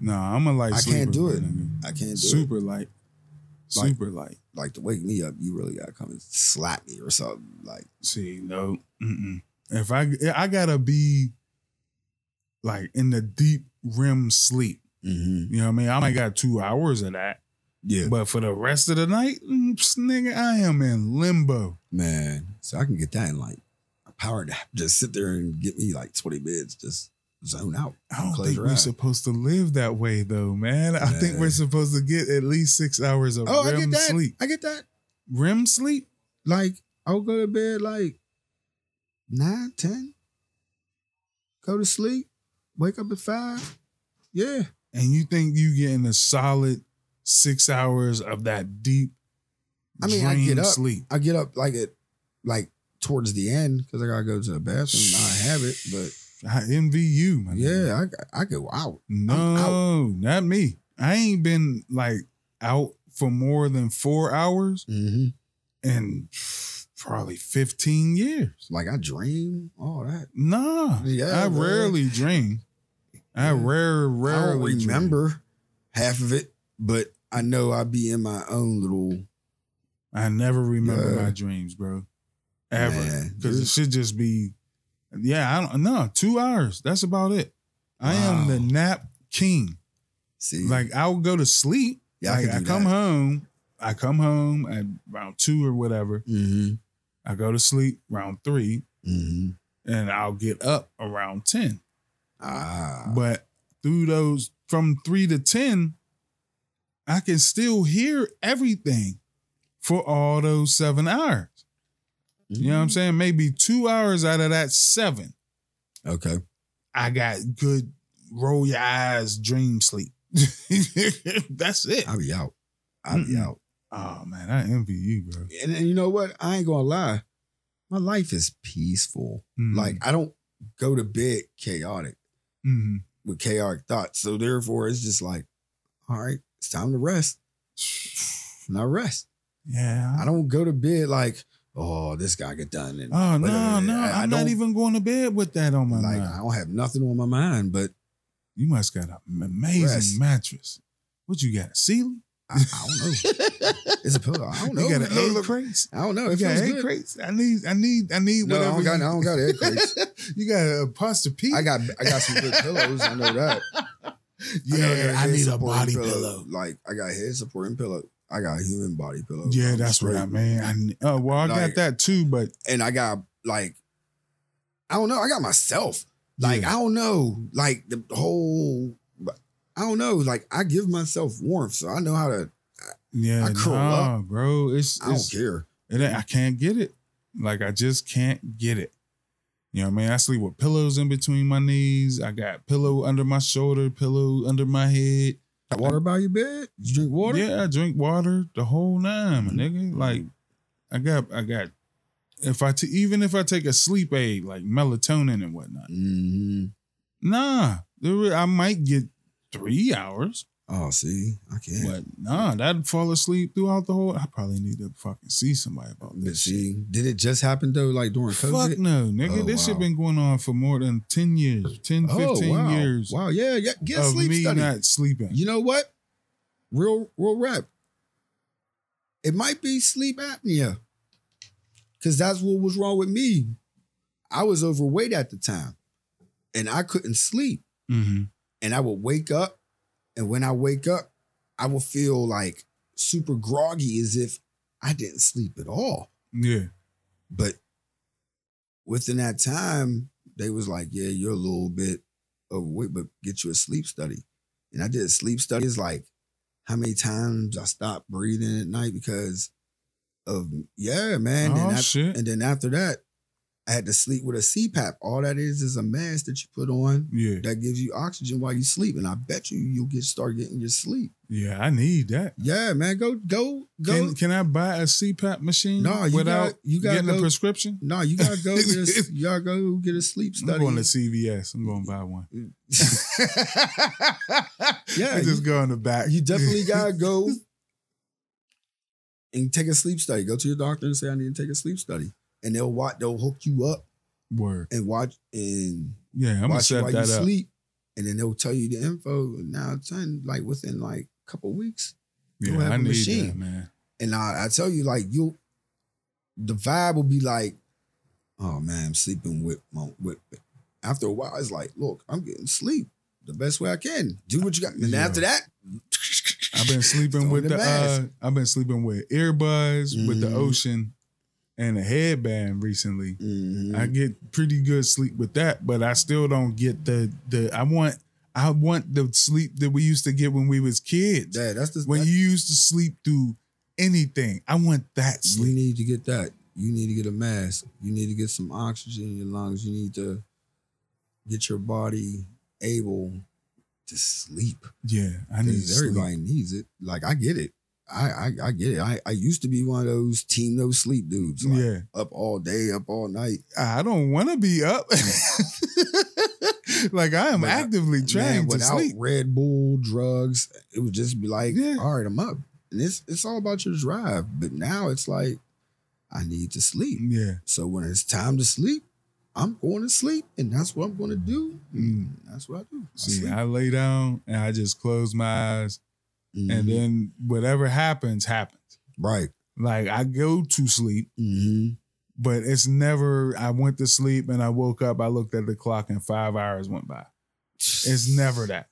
Nah, I'm a light.
I can't
sleeper,
do it.
my nigga.
I can't do it.
Super light.
Like-
Super light.
Like to wake me up, you really gotta come and slap me or something. Like
See, no. Mm-mm. If I I gotta be like in the deep rim sleep.
mm-hmm.
You know what I mean? I might got two hours of that.
yeah,
But for the rest of the night, mm, pss, nigga, I am in limbo.
man. So I can get that in like a power nap. (laughs) Just sit there and get me like 20 minutes, just zone out.
I don't
Close
think
your
we're
eyes.
supposed to live that way though, man. I think
Man.
we're supposed to get at least six hours of
Oh, I
REM
get that.
sleep.
I get that.
REM sleep?
Like I'll go to bed like nine, ten. Go to sleep. Wake up at five. Yeah.
and you think you getting a solid six hours of that deep
I mean, I
dream
get up.
sleep.
I get up like at like towards the end because I gotta go to the bathroom. I have it, but
I envy you, man.
yeah, I I go out.
No, not me. I ain't been like out for more than four hours
Mm-hmm.
in probably 15 years.
Like I dream, all that.
Nah.
Yeah,
I
man.
rarely dream. I
Yeah.
rare, rarely
I don't
dream.
remember half of it, but I know I be in my own little.
I never remember
Yeah.
my dreams, bro. Ever.
Man,
Because it
dude.
should just be, yeah, I don't know. Two hours. That's about it. I am the
Wow.
nap king.
See,
Like I'll go to sleep.
yeah,
like,
I,
I,
can do
come home. I come home at round two or whatever.
Mm-hmm.
I go to sleep round three,
Mm-hmm.
and I'll get up around ten.
Ah,
But through those from three to ten, I can still hear everything for all those seven hours. You know
Mm-hmm.
what I'm saying? Maybe two hours out of that seven,
okay.
I got good roll your eyes dream sleep. (laughs) That's it.
I'll be out. I'll be
Mm-mm.
out.
Oh man, I envy you, bro.
And, and you know what? I ain't gonna lie. My life is peaceful.
Mhm.
Like I don't go to bed chaotic
Mhm.
with chaotic thoughts. So therefore, it's just like, all right, it's time to rest. And I rest.
yeah.
I don't go to bed like, oh, this gotta get done. And
Oh no,
I-
no,
I
I, am not
don't-
even going to bed with that on my
like I
mind.
don't have nothing on my mind, but
You must got an amazing
Rest.
mattress. What you got? A ceiling?
I, I don't know. it's a pillow. I don't know.
You got
It
an egg
look-
crates?
I don't know.
You
It
got
feels
egg
good.
crates? I need, I need, I need
No, I
whatever.
don't got. I
you,
don't got
(laughs)
egg crates.
you got a pasta pizza.
I got. I got some good pillows. I know that.
Yeah,
know there's
I
head
need a
supporting
body pillow.
Like I got head supporting pillow. I got a human body pillow.
Yeah,
I'm
that's what
straight.
I mean. I, ne- oh well, I
Like-
got that too, but
And I got like, I don't know. I got myself. Like
Yeah.
I don't know. Like the whole. I don't know. Like I give myself warmth, so I know how to.
yeah,
I curl
nah, bro, it's,
I don't
it's
care.
it ain't, I can't get it. Like I just can't get it. You know what I mean? I sleep with pillows in between my knees. I got pillow under my shoulder, pillow under my head.
Got water by your bed? You drink water? Mm-hmm.
Yeah, I drink water the whole nine, my nigga. Like, I got, I got. If I t- even if I take a sleep aid like melatonin and whatnot,
hmm
nah, there were- I might get three hours,
Oh, see, I can't.
but nah, that'd fall asleep throughout the whole. I probably need to fucking see somebody about
But
this.
see, did it just happen though? Like during COVID?
Fuck no, nigga.
Oh,
this shit
wow. Oh,
been going on for more than 10 years, 10, 15
wow.
years
Wow, Oh, yeah, yeah. Get a
of
sleep
me
study.
not sleeping.
You know what? Real, real rap. It might be sleep apnea, because that's what was wrong with me. I was overweight at the time, and I couldn't sleep.
Mhm.
And I would wake up, and when I wake up, I would feel like super groggy, as if I didn't sleep at all.
Yeah.
But within that time, they was like, "Yeah, you're a little bit overweight, but get you a sleep study." And I did a sleep study. It's like how many times I stopped breathing at night because of yeah, man.
Oh,
and, af-
shit.
and then after that, I had to sleep with a CPAP. All that is is a mask that you put on
Yeah.
that gives you oxygen while you sleep. And I bet you you'll get start getting your sleep.
Yeah. I need that.
Yeah, man. Go, go, go.
Can, can I buy a CPAP machine
No, you
without
got- you gotta
getting a
go-
prescription?
no, you
(laughs)
gotta go. Get a, you gotta go get a sleep study.
I'm going to CVS. I'm going to buy
(laughs)
one.
yeah,
(laughs) I just
you,
go in the back. (laughs)
you definitely gotta go and take a sleep study. Go to your doctor and say, "I need to take a sleep study," and they'll watch. They'll hook you up
Word.
and watch and
Yeah, I'm going to
watch you
set
while
that
you
up.
sleep, and then they'll tell you the info. And now, it's done, like within like a couple weeks,
Yeah,
You'll have
I
a
need that,
machine.
man.
and I, I tell you, like you, the vibe will be like, "Oh man, I'm sleeping with my with." After a while, it's like, "Look, I'm getting sleep." The best way I can. Do what you got. And then
Yeah.
after that,
I've been sleeping
Throw
with
the
the uh,
mask.
I've been sleeping with earbuds, with the
Mhm.
ocean, and a headband recently.
Mhm.
I get pretty good sleep with that, but I still don't get the the I want I want the sleep that we used to get when we was kids.
Yeah, that's the
when you used to sleep through anything. I want that
you
sleep.
need to get that. You need to get a mask. You need to get some oxygen in your lungs. You need to get your body able to sleep.
Yeah, I need
Because
sleep.
everybody needs it. Like I get it. I, I I get it. I I used to be one of those team no sleep dudes. Like,
Yeah.
Up all day, up all night.
I don't want to be up. (laughs) like I am
But I-
actively trying
Man,
to
without
sleep.
Red Bull, drugs, it would just be like,
Yeah.
all right, I'm up. And it's it's all about your drive. But now it's like, I need to sleep.
Yeah.
So when it's time to sleep, I'm going to sleep, and that's what I'm going to do.
Mm.
That's what I do. I
See,
sleep.
I lay down and I just close my eyes, and
Mhm.
then whatever happens, happens.
right.
Like I go to sleep,
Mm-hmm.
but it's never. I went to sleep and I woke up. I looked at the clock and five hours went by. It's never that.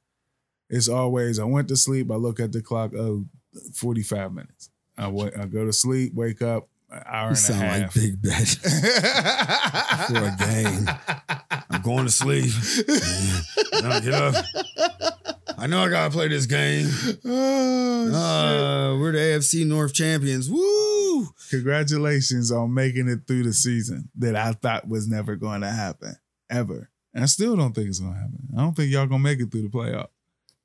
It's always I went to sleep. I look at the clock. Oh, 45 minutes. I wa- I go to sleep. Wake up. An hour and
You
a
sound like
half.
Big Ben for a game. I'm going to sleep. Then I get up. I know I gotta play this game.
oh,
Ah,
Uh, we're the AFC North champions. Woo!
Congratulations on making it through the season that I thought was never going to happen ever. And I still don't think it's going to happen. I don't think y'all going to make it through the playoff.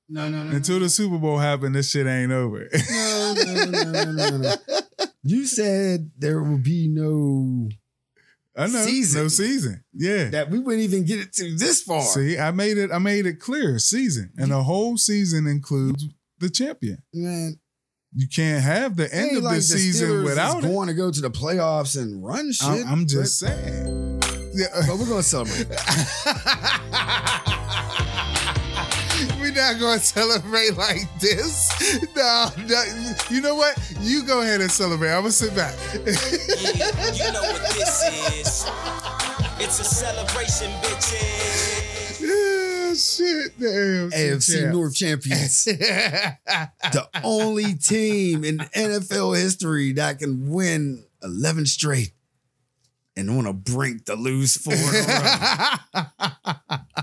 No, no, no.
Until the Super Bowl happened, this shit ain't over. (laughs)
No, no, no, no, no, no, no. (laughs) You said there will be no
I know.
Season.
No season. Yeah.
that we wouldn't even get it to this far.
See, I made it I made it clear season. And the whole season includes the champion.
Man,
You can't have the end
Ain't
of
like
the
Steelers
season
is
without it.
going to go to the playoffs and run
(laughs)
shit.
I'm, I'm just saying.
but,
Yeah.
but we're gonna celebrate.
(laughs) We're not going to celebrate like this. No, no. You know what? You go ahead and celebrate. I'm going to sit back.
Mm, you know what this is. It's a celebration, bitches.
yeah, shit. The
AFC
champs.
North champions, (laughs) the only team in NFL history that can win eleven straight.
and want to brink the lose
(laughs)
four. in a
Oh,
(laughs)
row.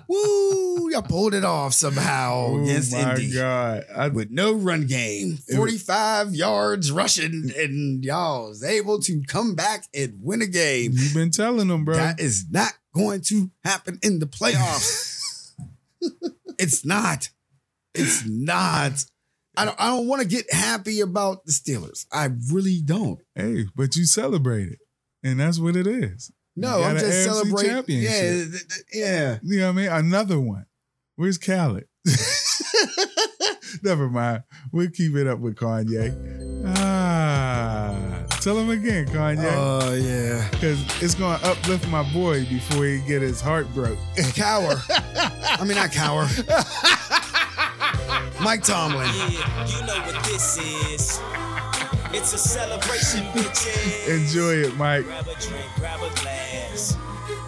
Woo! Y'all pulled it off somehow
Oh
against
my
Indy
god! I,
with no run game.
It Mm. was-
Forty-five yards rushing, and y'all was able to come back and win a game.
you've been telling them, bro.
That is not going to happen in the playoffs.
(laughs)
it's not. It's not. I don't. I don't want to get happy about the Steelers. I really don't.
hey, but you celebrated, and that's what it is.
No,
You
I'm
got an
just
AFC
celebrating.
championship.
Yeah, th- th- yeah.
You know what I mean? Another one. Where's Khaled? (laughs) Never mind. We'll keep it up with Kanye. Ah, tell him again, Kanye,
Oh yeah.
because it's gonna uplift my boy before he get his heart broke. (laughs)
Cower. I mean, not cower. Mike Tomlin.
Yeah, you know what this is. It's a celebration, bitches.
Enjoy it, Mike.
Grab a drink, grab a glass.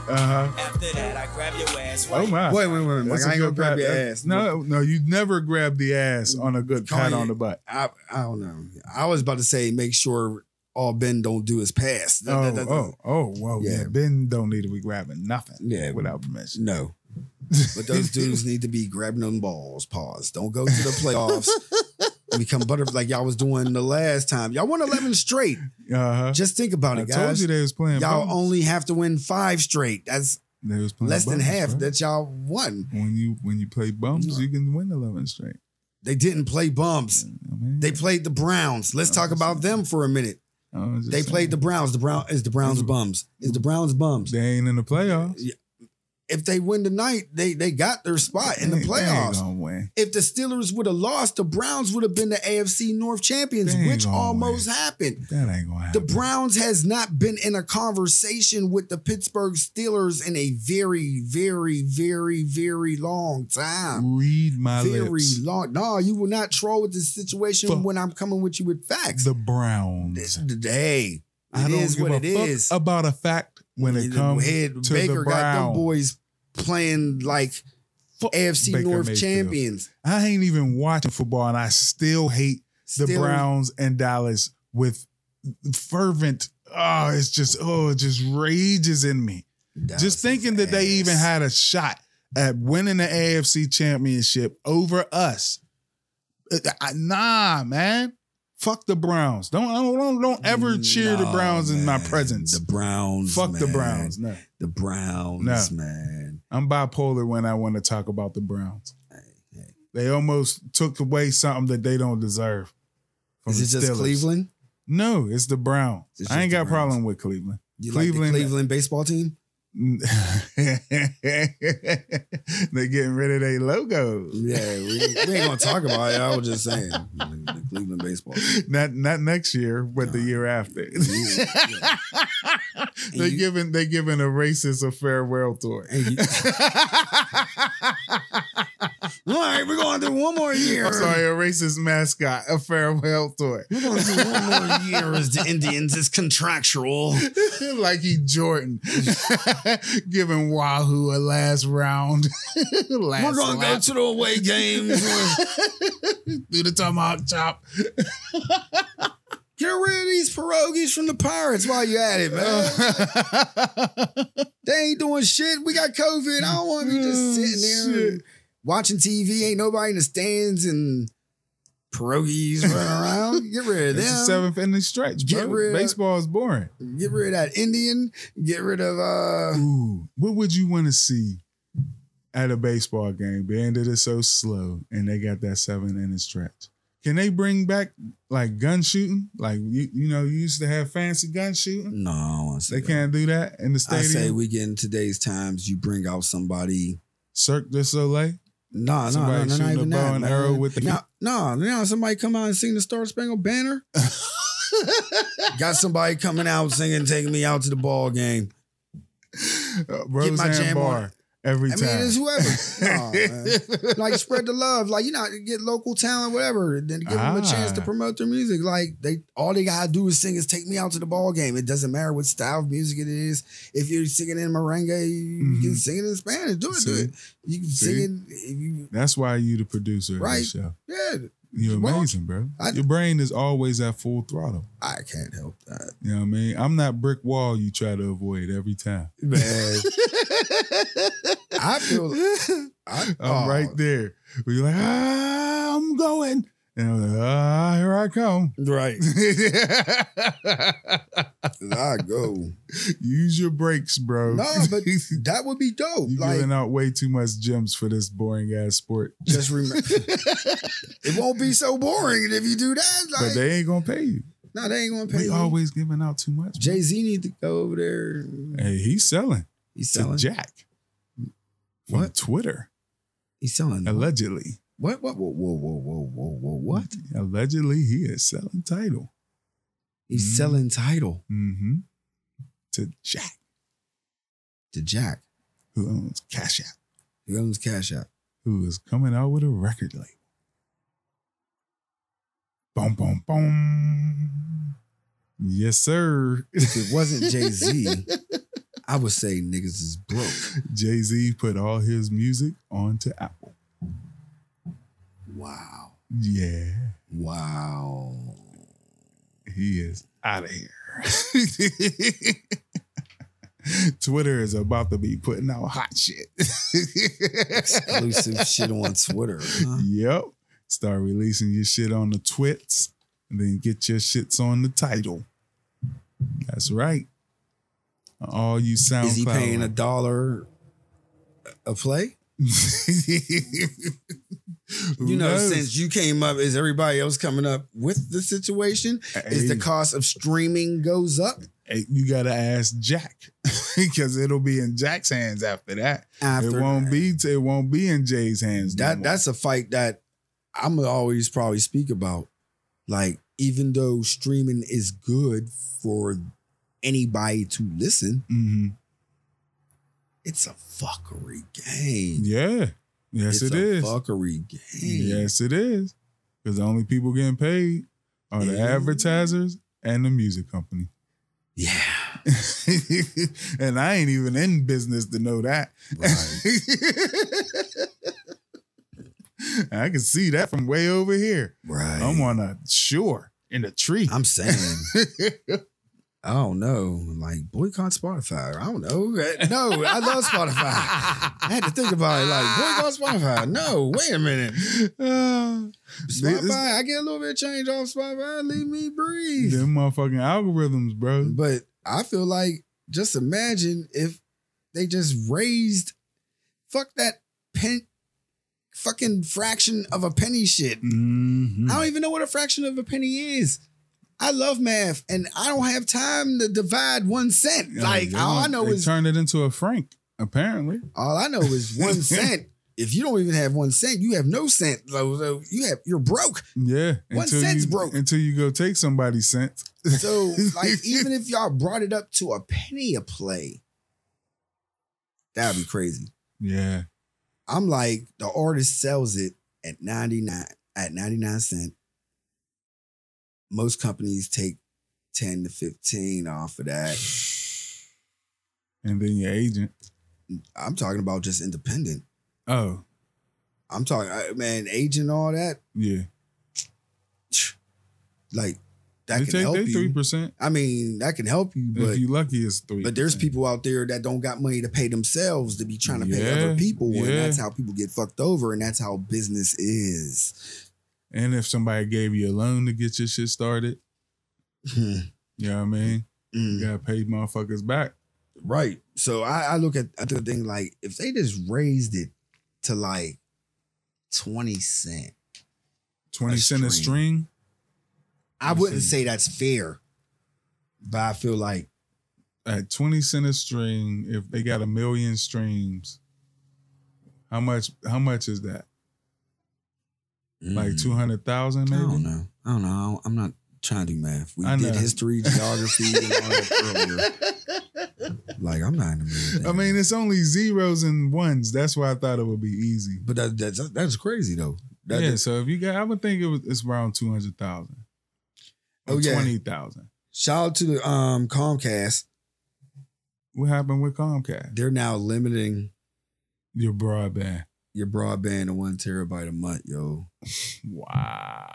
Uh huh.
After that, I grab your ass.
Oh my.
Wait, wait, wait. Mike,
That's
I
a
ain't gonna
good
grab
pat.
your
That's-
ass.
No, no, you never grab the ass on a good pat
Kanye.
on the butt.
I, I don't know. I was about to say, make sure all Ben don't do his pass. That-
Oh,
that- that-
oh, oh, whoa. Yeah.
Yeah.
Ben don't need to be grabbing nothing.
Yeah.
Without permission.
No. But those dudes need to be grabbing them balls. Pause. Don't go to the playoffs. and become butterfly like y'all was doing the last time. Y'all won 11 straight.
Uh huh.
Just think about
I
it,
told
guys.
you they was playing.
Y'all
bonus.
only have to win five straight. That's
They was playing
less than
bonus,
half
bro.
that y'all won.
when you when you play bums, you can win eleven straight.
They didn't play bumps.
I mean,
They played the Browns. Let's talk about them for a minute.
I was just
They
saying.
played the Browns. The Brown is the
Mm-hmm.
Browns bums. Is the Browns bums.
They ain't in the playoffs. Mm-hmm.
If they win tonight, they they got their spot in the
They- they ain't
playoffs.
gonna win.
If the Steelers would have lost, the Browns would have been the AFC North champions,
They ain't
which
gonna
almost
win.
happened.
That ain't gonna
The
happen.
Browns has not been in a conversation with the Pittsburgh Steelers in a very, very, very, very long time.
Read my
Very
lips.
long. No, you will not troll with this situation
Fuck.
when I'm coming with you with facts.
The Browns.
Hey,
I
it
don't
is
give
what it
a fuck
is.
about a fact when it
And
comes
Head-
to
Baker got
the
them
Browns.
boys playing like
Fuck
AFC
Baker
North
Mayfield.
champions.
I ain't even watching football, and I still hate the
Steelers-
Browns and Dallas with fervent. Oh, it's just oh, it just rages in me.
Dallas
just thinking
is
that they even
ass.
had a shot at winning the AFC championship over us. Uh, I- Nah, man. Fuck the Browns. Don't don't don't, don't ever cheer the
No,
Browns in my
Mm, man.
presence.
The Browns.
Fuck the
man.
Browns. No.
The Browns,
No.
man.
I'm bipolar when I want to talk about the Browns. They almost took away something that they don't deserve. from
Is
the
it just
Steelers.
Cleveland?
No, it's the Browns.
It's
I ain't
just
got
the
a problem with Cleveland. (laughs)
You like
Cleveland-
the Cleveland baseball team?
they getting rid of their logo.
Yeah, we, we ain't gonna talk about it. I was just (laughs) saying the, the Cleveland baseball. Team.
Not not next year, but the
Nah.
year after.
You- yeah.
(laughs) they
you-
giving they giving a racist a farewell
(laughs)
tour.
And you- All right, we're gonna do one more year.
I'm sorry, a racist mascot, a farewell tour.
We're gonna do one more year as the Indians. It's contractual.
(laughs) like he Jordan (laughs) giving Wahoo a last round. (laughs) last
We're gonna go
lap.
to the away games.
do the tomahawk
(laughs)
chop. (laughs)
Get rid of these pierogies from the Pirates while you at it, man. they ain't doing shit. We got COVID. I don't want to be just
Oh,
sitting there
shit.
watching TV. Ain't nobody in the stands and pierogies
(laughs)
running around. Get rid of
It's a
them.
seventh inning stretch,
Get
bro.
rid of-
Baseball
(laughs)
is boring.
Get rid of that Indian. Get rid of uh.
Ooh, what would you want to see at a baseball game? Being that it's so slow and they got that seven inning stretch. Can they bring back like gun shooting? Like you, you know, you used to have fancy gun shooting.
No, I don't wanna say
They
that.
can't do that in the
I
stadium.
say we get in today's times. You bring out somebody.
Cirque du Soleil.
Oh, No, no, no, no,
Somebody shooting
not
a
even
bow
that.
and arrow
man.
with the- (laughs)
no, no, no. Somebody come out and sing the Star Spangled Banner. Got somebody coming out singing, taking me out to the ball game.
Uh, Roseanne
jam on.
Barr every
I
time.
mean, (laughs) it's whoever. Nah, man. Like spread the love. Like you know, get local talent, whatever. Then give them a chance to
Ah.
promote their music. Like they, all they gotta do is sing is take me out to the ball game. It doesn't matter what style of music it is. If you're singing in merengue, you can
Mhm.
sing it in Spanish. Do it, do
(laughs) See?
it. You can
See?
sing it. If you,
That's why you the producer of
Right.
the show.
yeah,
You're
Well,
amazing, bro.
I-
Your brain is always at full throttle.
I can't help that.
You know what I mean? I'm that brick wall you try to avoid every time.
(laughs)
(laughs)
Man. I feel I,
I'm
oh,
right there. But you're like, ah, I'm going. And I'm like, ah, here
(laughs)
I come.
Right. I (laughs) go.
Use your brakes, bro.
No, but that would be dope.
You're
like
giving out way too much gems for this boring ass sport.
just remember (laughs) it won't be so boring if you do that. Like
But they ain't gonna pay you.
no, they ain't gonna pay
We
you.
always giving out too much.
Jay Z need to go over there.
Hey, he's selling
He's
to
selling.
Jack. From
What?
Twitter,
He's selling.
allegedly.
What? What? Whoa! Whoa! Whoa! Whoa! Whoa! Whoa! What?
Allegedly, he is selling title.
He's
Mhm.
selling title
Mm-hmm. To Jack,
to Jack.
who owns Cash App,
He owns Cash
(laughs)
App.
who is coming out with a record label. Boom, boom, boom. Yes, sir.
If it
(laughs)
wasn't Jay Z, I would say niggas is broke.
Jay Z put all his music onto Apple.
Wow.
Yeah,
Wow.
he is out of here. (laughs) Twitter is about to be putting out hot shit. (laughs)
Exclusive shit on (laughs) Twitter. huh?
Yep. Start releasing your shit on the twits, and then get your shits on the title. That's right. All you SoundCloud.
Is he paying a dollar a play?
(laughs)
You know, since you came up, is everybody else coming up with the situation? Is the cost of streaming goes up?
you gotta ask Jack (laughs) because it'll be in Jack's hands after that.
After
it won't
that?
be. It won't be in Jay's hands. no
that
more.
that's a fight that I'm gonna always probably speak about. Like, even though streaming is good for anybody to listen,
Mhm.
it's a fuckery game.
Yeah. Yes,
it's
it
a
is.
fuckery game.
Yes, it is. Because the only people getting paid are the
Yeah.
advertisers and the music company. (laughs)
Yeah.
and I ain't even in business to know that.
Right.
(laughs) I can see that from way over here.
right.
I'm on a shore in
(laughs)
a tree. (sighs)
I'm
(laughs)
saying. I don't know, like boycott Spotify. I don't know. (laughs) No, I love Spotify. I had to think about it. Like boycott Spotify. No, wait a minute.
Ah,
Spotify. I get a little bit of change off Spotify. Leave me breathe.
them motherfucking algorithms, bro.
But I feel like just imagine if they just raised fuck that pen fucking fraction of a penny shit.
Mhm.
I don't even know what a fraction of a penny is. I love math and I don't have time to divide one cent.
Yeah,
Like
they
all I
don't-
know
they
is
turned it into a franc. Apparently,
all I know is one
(laughs)
cent. If you don't even have one cent, you have no cent. So, so you have you're broke.
yeah.
One
until
cent's
you,
broke.
until you go take somebody's cent.
So like even if y'all brought it up to a penny a play, that'd be crazy.
Yeah,
I'm like the artist sells it at 99 at 99 cent. Most companies take 10 to 15 off of that.
and then your agent.
I'm talking about just independent.
Oh,
I'm talking I- man, agent all that
yeah.
like that
they
can
take
help
their
you.
three percent.
I mean, that can help you, but
If you lucky, it's three.
but there's people out there that don't got money to pay themselves to be trying to pay
Yeah,
other people, and
yeah.
that's how people get fucked over, and that's how business is.
And if somebody gave you a loan to get your shit started,
(laughs)
you know what I mean?
Mm.
You gotta pay motherfuckers back.
Right. So I, I look at at the thing like if they just raised it to like 20 cent,
20
A
cent a string.
I
I
wouldn't
see.
say that's fair. But I feel like
At 20 cent a string, if they got a million streams, how much how much is that? Like
Mm,
200,000
I don't
maybe?
know. I don't know. I don't- I'm not trying to do math. We
I
did
know. (laughs)
history, geography, and all that earlier. Like I'm not in the mood. for
I
that.
mean, it's only zeros and ones. That's why I thought it would be easy.
but that, that's that's crazy though. That
yeah,
is-
so if you got I would think it was it's around 200,000. Or
Oh, yeah.
20,000.
shout out to the um Comcast.
What happened with Comcast?
They're now limiting
Your broadband.
your broadband to one terabyte a month, yo.
Wow.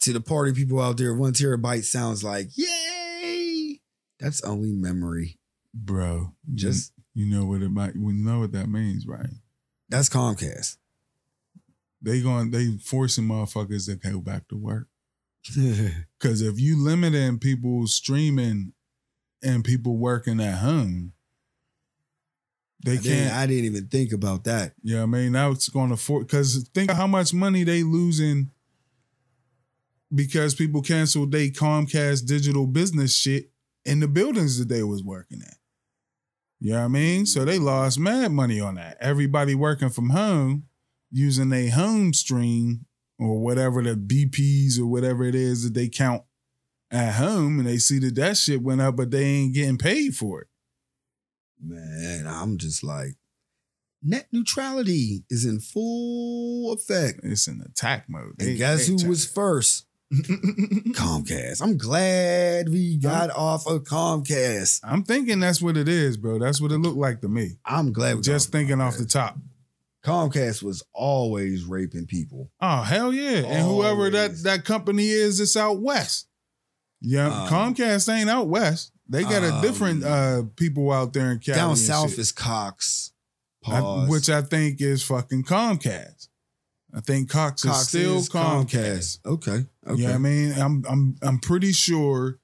To the party people out there, one terabyte sounds like yay. That's only memory.
Bro. you-
Just
you know what it might we know what that means, right?
that's Comcast.
They going they forcing motherfuckers to go back to work. Cause if you limiting people streaming and people working at home,
I
they
didn't,
can't
I didn't even think about that.
Yeah, I mean, now it's going to for because think of how much money they losing because people canceled they Comcast digital business shit in the buildings that they was working at. You know what I mean? So they lost mad money on that. Everybody working from home using a home stream or whatever the BPs or whatever it is that they count at home and they see that that shit went up, but they ain't getting paid for it.
Man, I'm just like, net neutrality is in full effect.
It's an attack mode.
And
They-
guess
they
who was
(laughs)
first? Comcast. I'm glad we got off of Comcast.
I'm thinking that's what it is, bro. That's what it looked like to me.
I'm glad we
Just
got off of
thinking off the
Comcast.
top.
Comcast was always raping people.
Oh hell yeah! And whoever that
Always.
that company is, it's out west. Yeah,
Um,
Comcast ain't out west. They got a different
um,
uh people out there in Cali
Down
and
south
shit.
is Cox.
I-
Pause.
which I think is fucking Comcast. I think Cox, is still
is
Comcast.
Okay. Okay.
You know what I mean? I'm I'm I'm pretty sure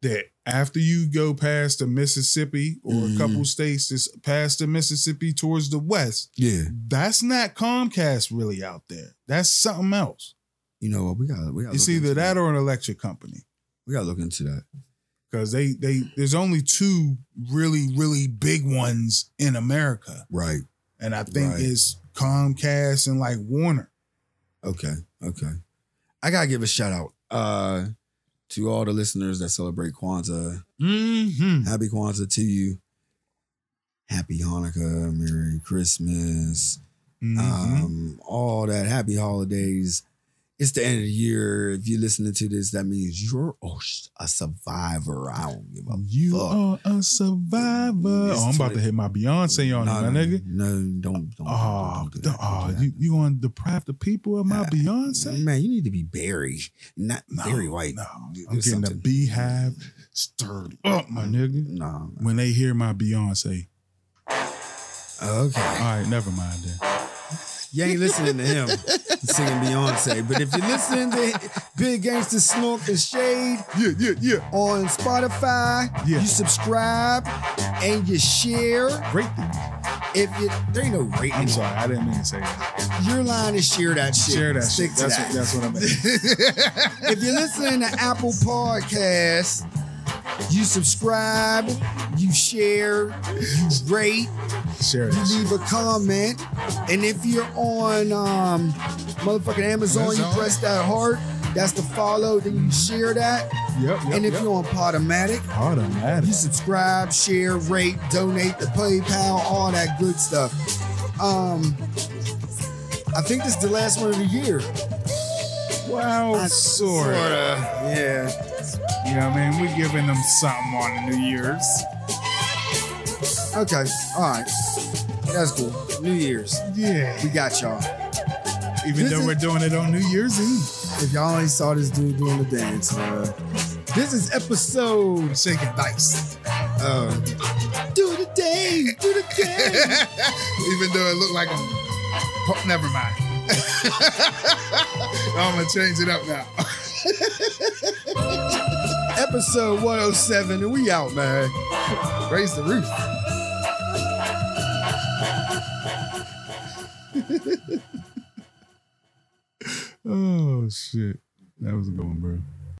that after you go past the Mississippi or a
Mhm.
couple states that's past the Mississippi towards the west,
yeah.
that's not Comcast really out there. That's something else.
You know what? We got. We got.
It's either that or an electric company
we got to look into that.
because they they there's only two really really big ones in America,
Right.
and I think
Right.
it's Comcast and like Warner.
Okay. Okay. I gotta give a shout out uh, to all the listeners that celebrate Kwanzaa.
Mm-hmm.
Happy Kwanzaa to you. Happy Hanukkah. Merry Christmas.
Mm-hmm.
um, all that. Happy holidays. It's the end of the year. If you're listening to this, that means you're a- a survivor. I don't give a
you
fuck.
are a survivor.
It's
Oh, I'm about
twenty-
to hit my Beyonce on
no,
it,
no,
my nigga.
No, don't. don't, don't,
Oh,
don't do
the-
that.
oh,
Don't do
you you gonna deprive the people of my
Nah, that.
Beyonce?
man, you need to be Barry, not
No,
Barry White.
No,
Do-
I'm
do
getting the
something. Mm-hmm.
beehive stirred up, my nigga.
Nah.
When they hear my Beyonce, all
Okay.
right, never mind then.
You ain't listening to
(laughs)
him singing Beyonce, but if you're listening to
(laughs)
Big Gangsta Smoke and Shade,
Yeah, yeah, yeah.
on Spotify.
Yeah.
You subscribe and you share.
Great.
If you there ain't no
I'm
rating,
sorry, I didn't mean to say that.
your line is share that shit.
Share that
Stick
shit.
to
That's
that.
what, that's what I
(laughs)
meant.
if you're listening to Apple Podcasts, you subscribe, you share, you rate,
Share
you
that. shit.
leave a comment, and if you're on um, motherfucking Amazon, you
Amazon.
press that heart. That's the follow. Then you share that,
Yep, yep.
and if
yep.
you're on Podomatic,
automatic,
You subscribe, share, rate, donate the PayPal, all that good stuff. Um, I think this is the last one of the year.
wow,
I
sort. of.
Yeah.
You know what I mean? We're giving them something on New Year's.
Okay. All right. That's cool. New Year's.
Yeah,
We got y'all.
even
This
though
is-
we're doing it on New Year's Eve.
If y'all ain't saw this dude doing the dance, man. This is episode.
Shaking dice.
Uh, do the dance, do the dance.
Even though it looked like a. po- Never mind. (laughs) I'm gonna change it up now.
episode 107, and we out, man.
Raise the roof.
Oh shit, that was a good one, bro.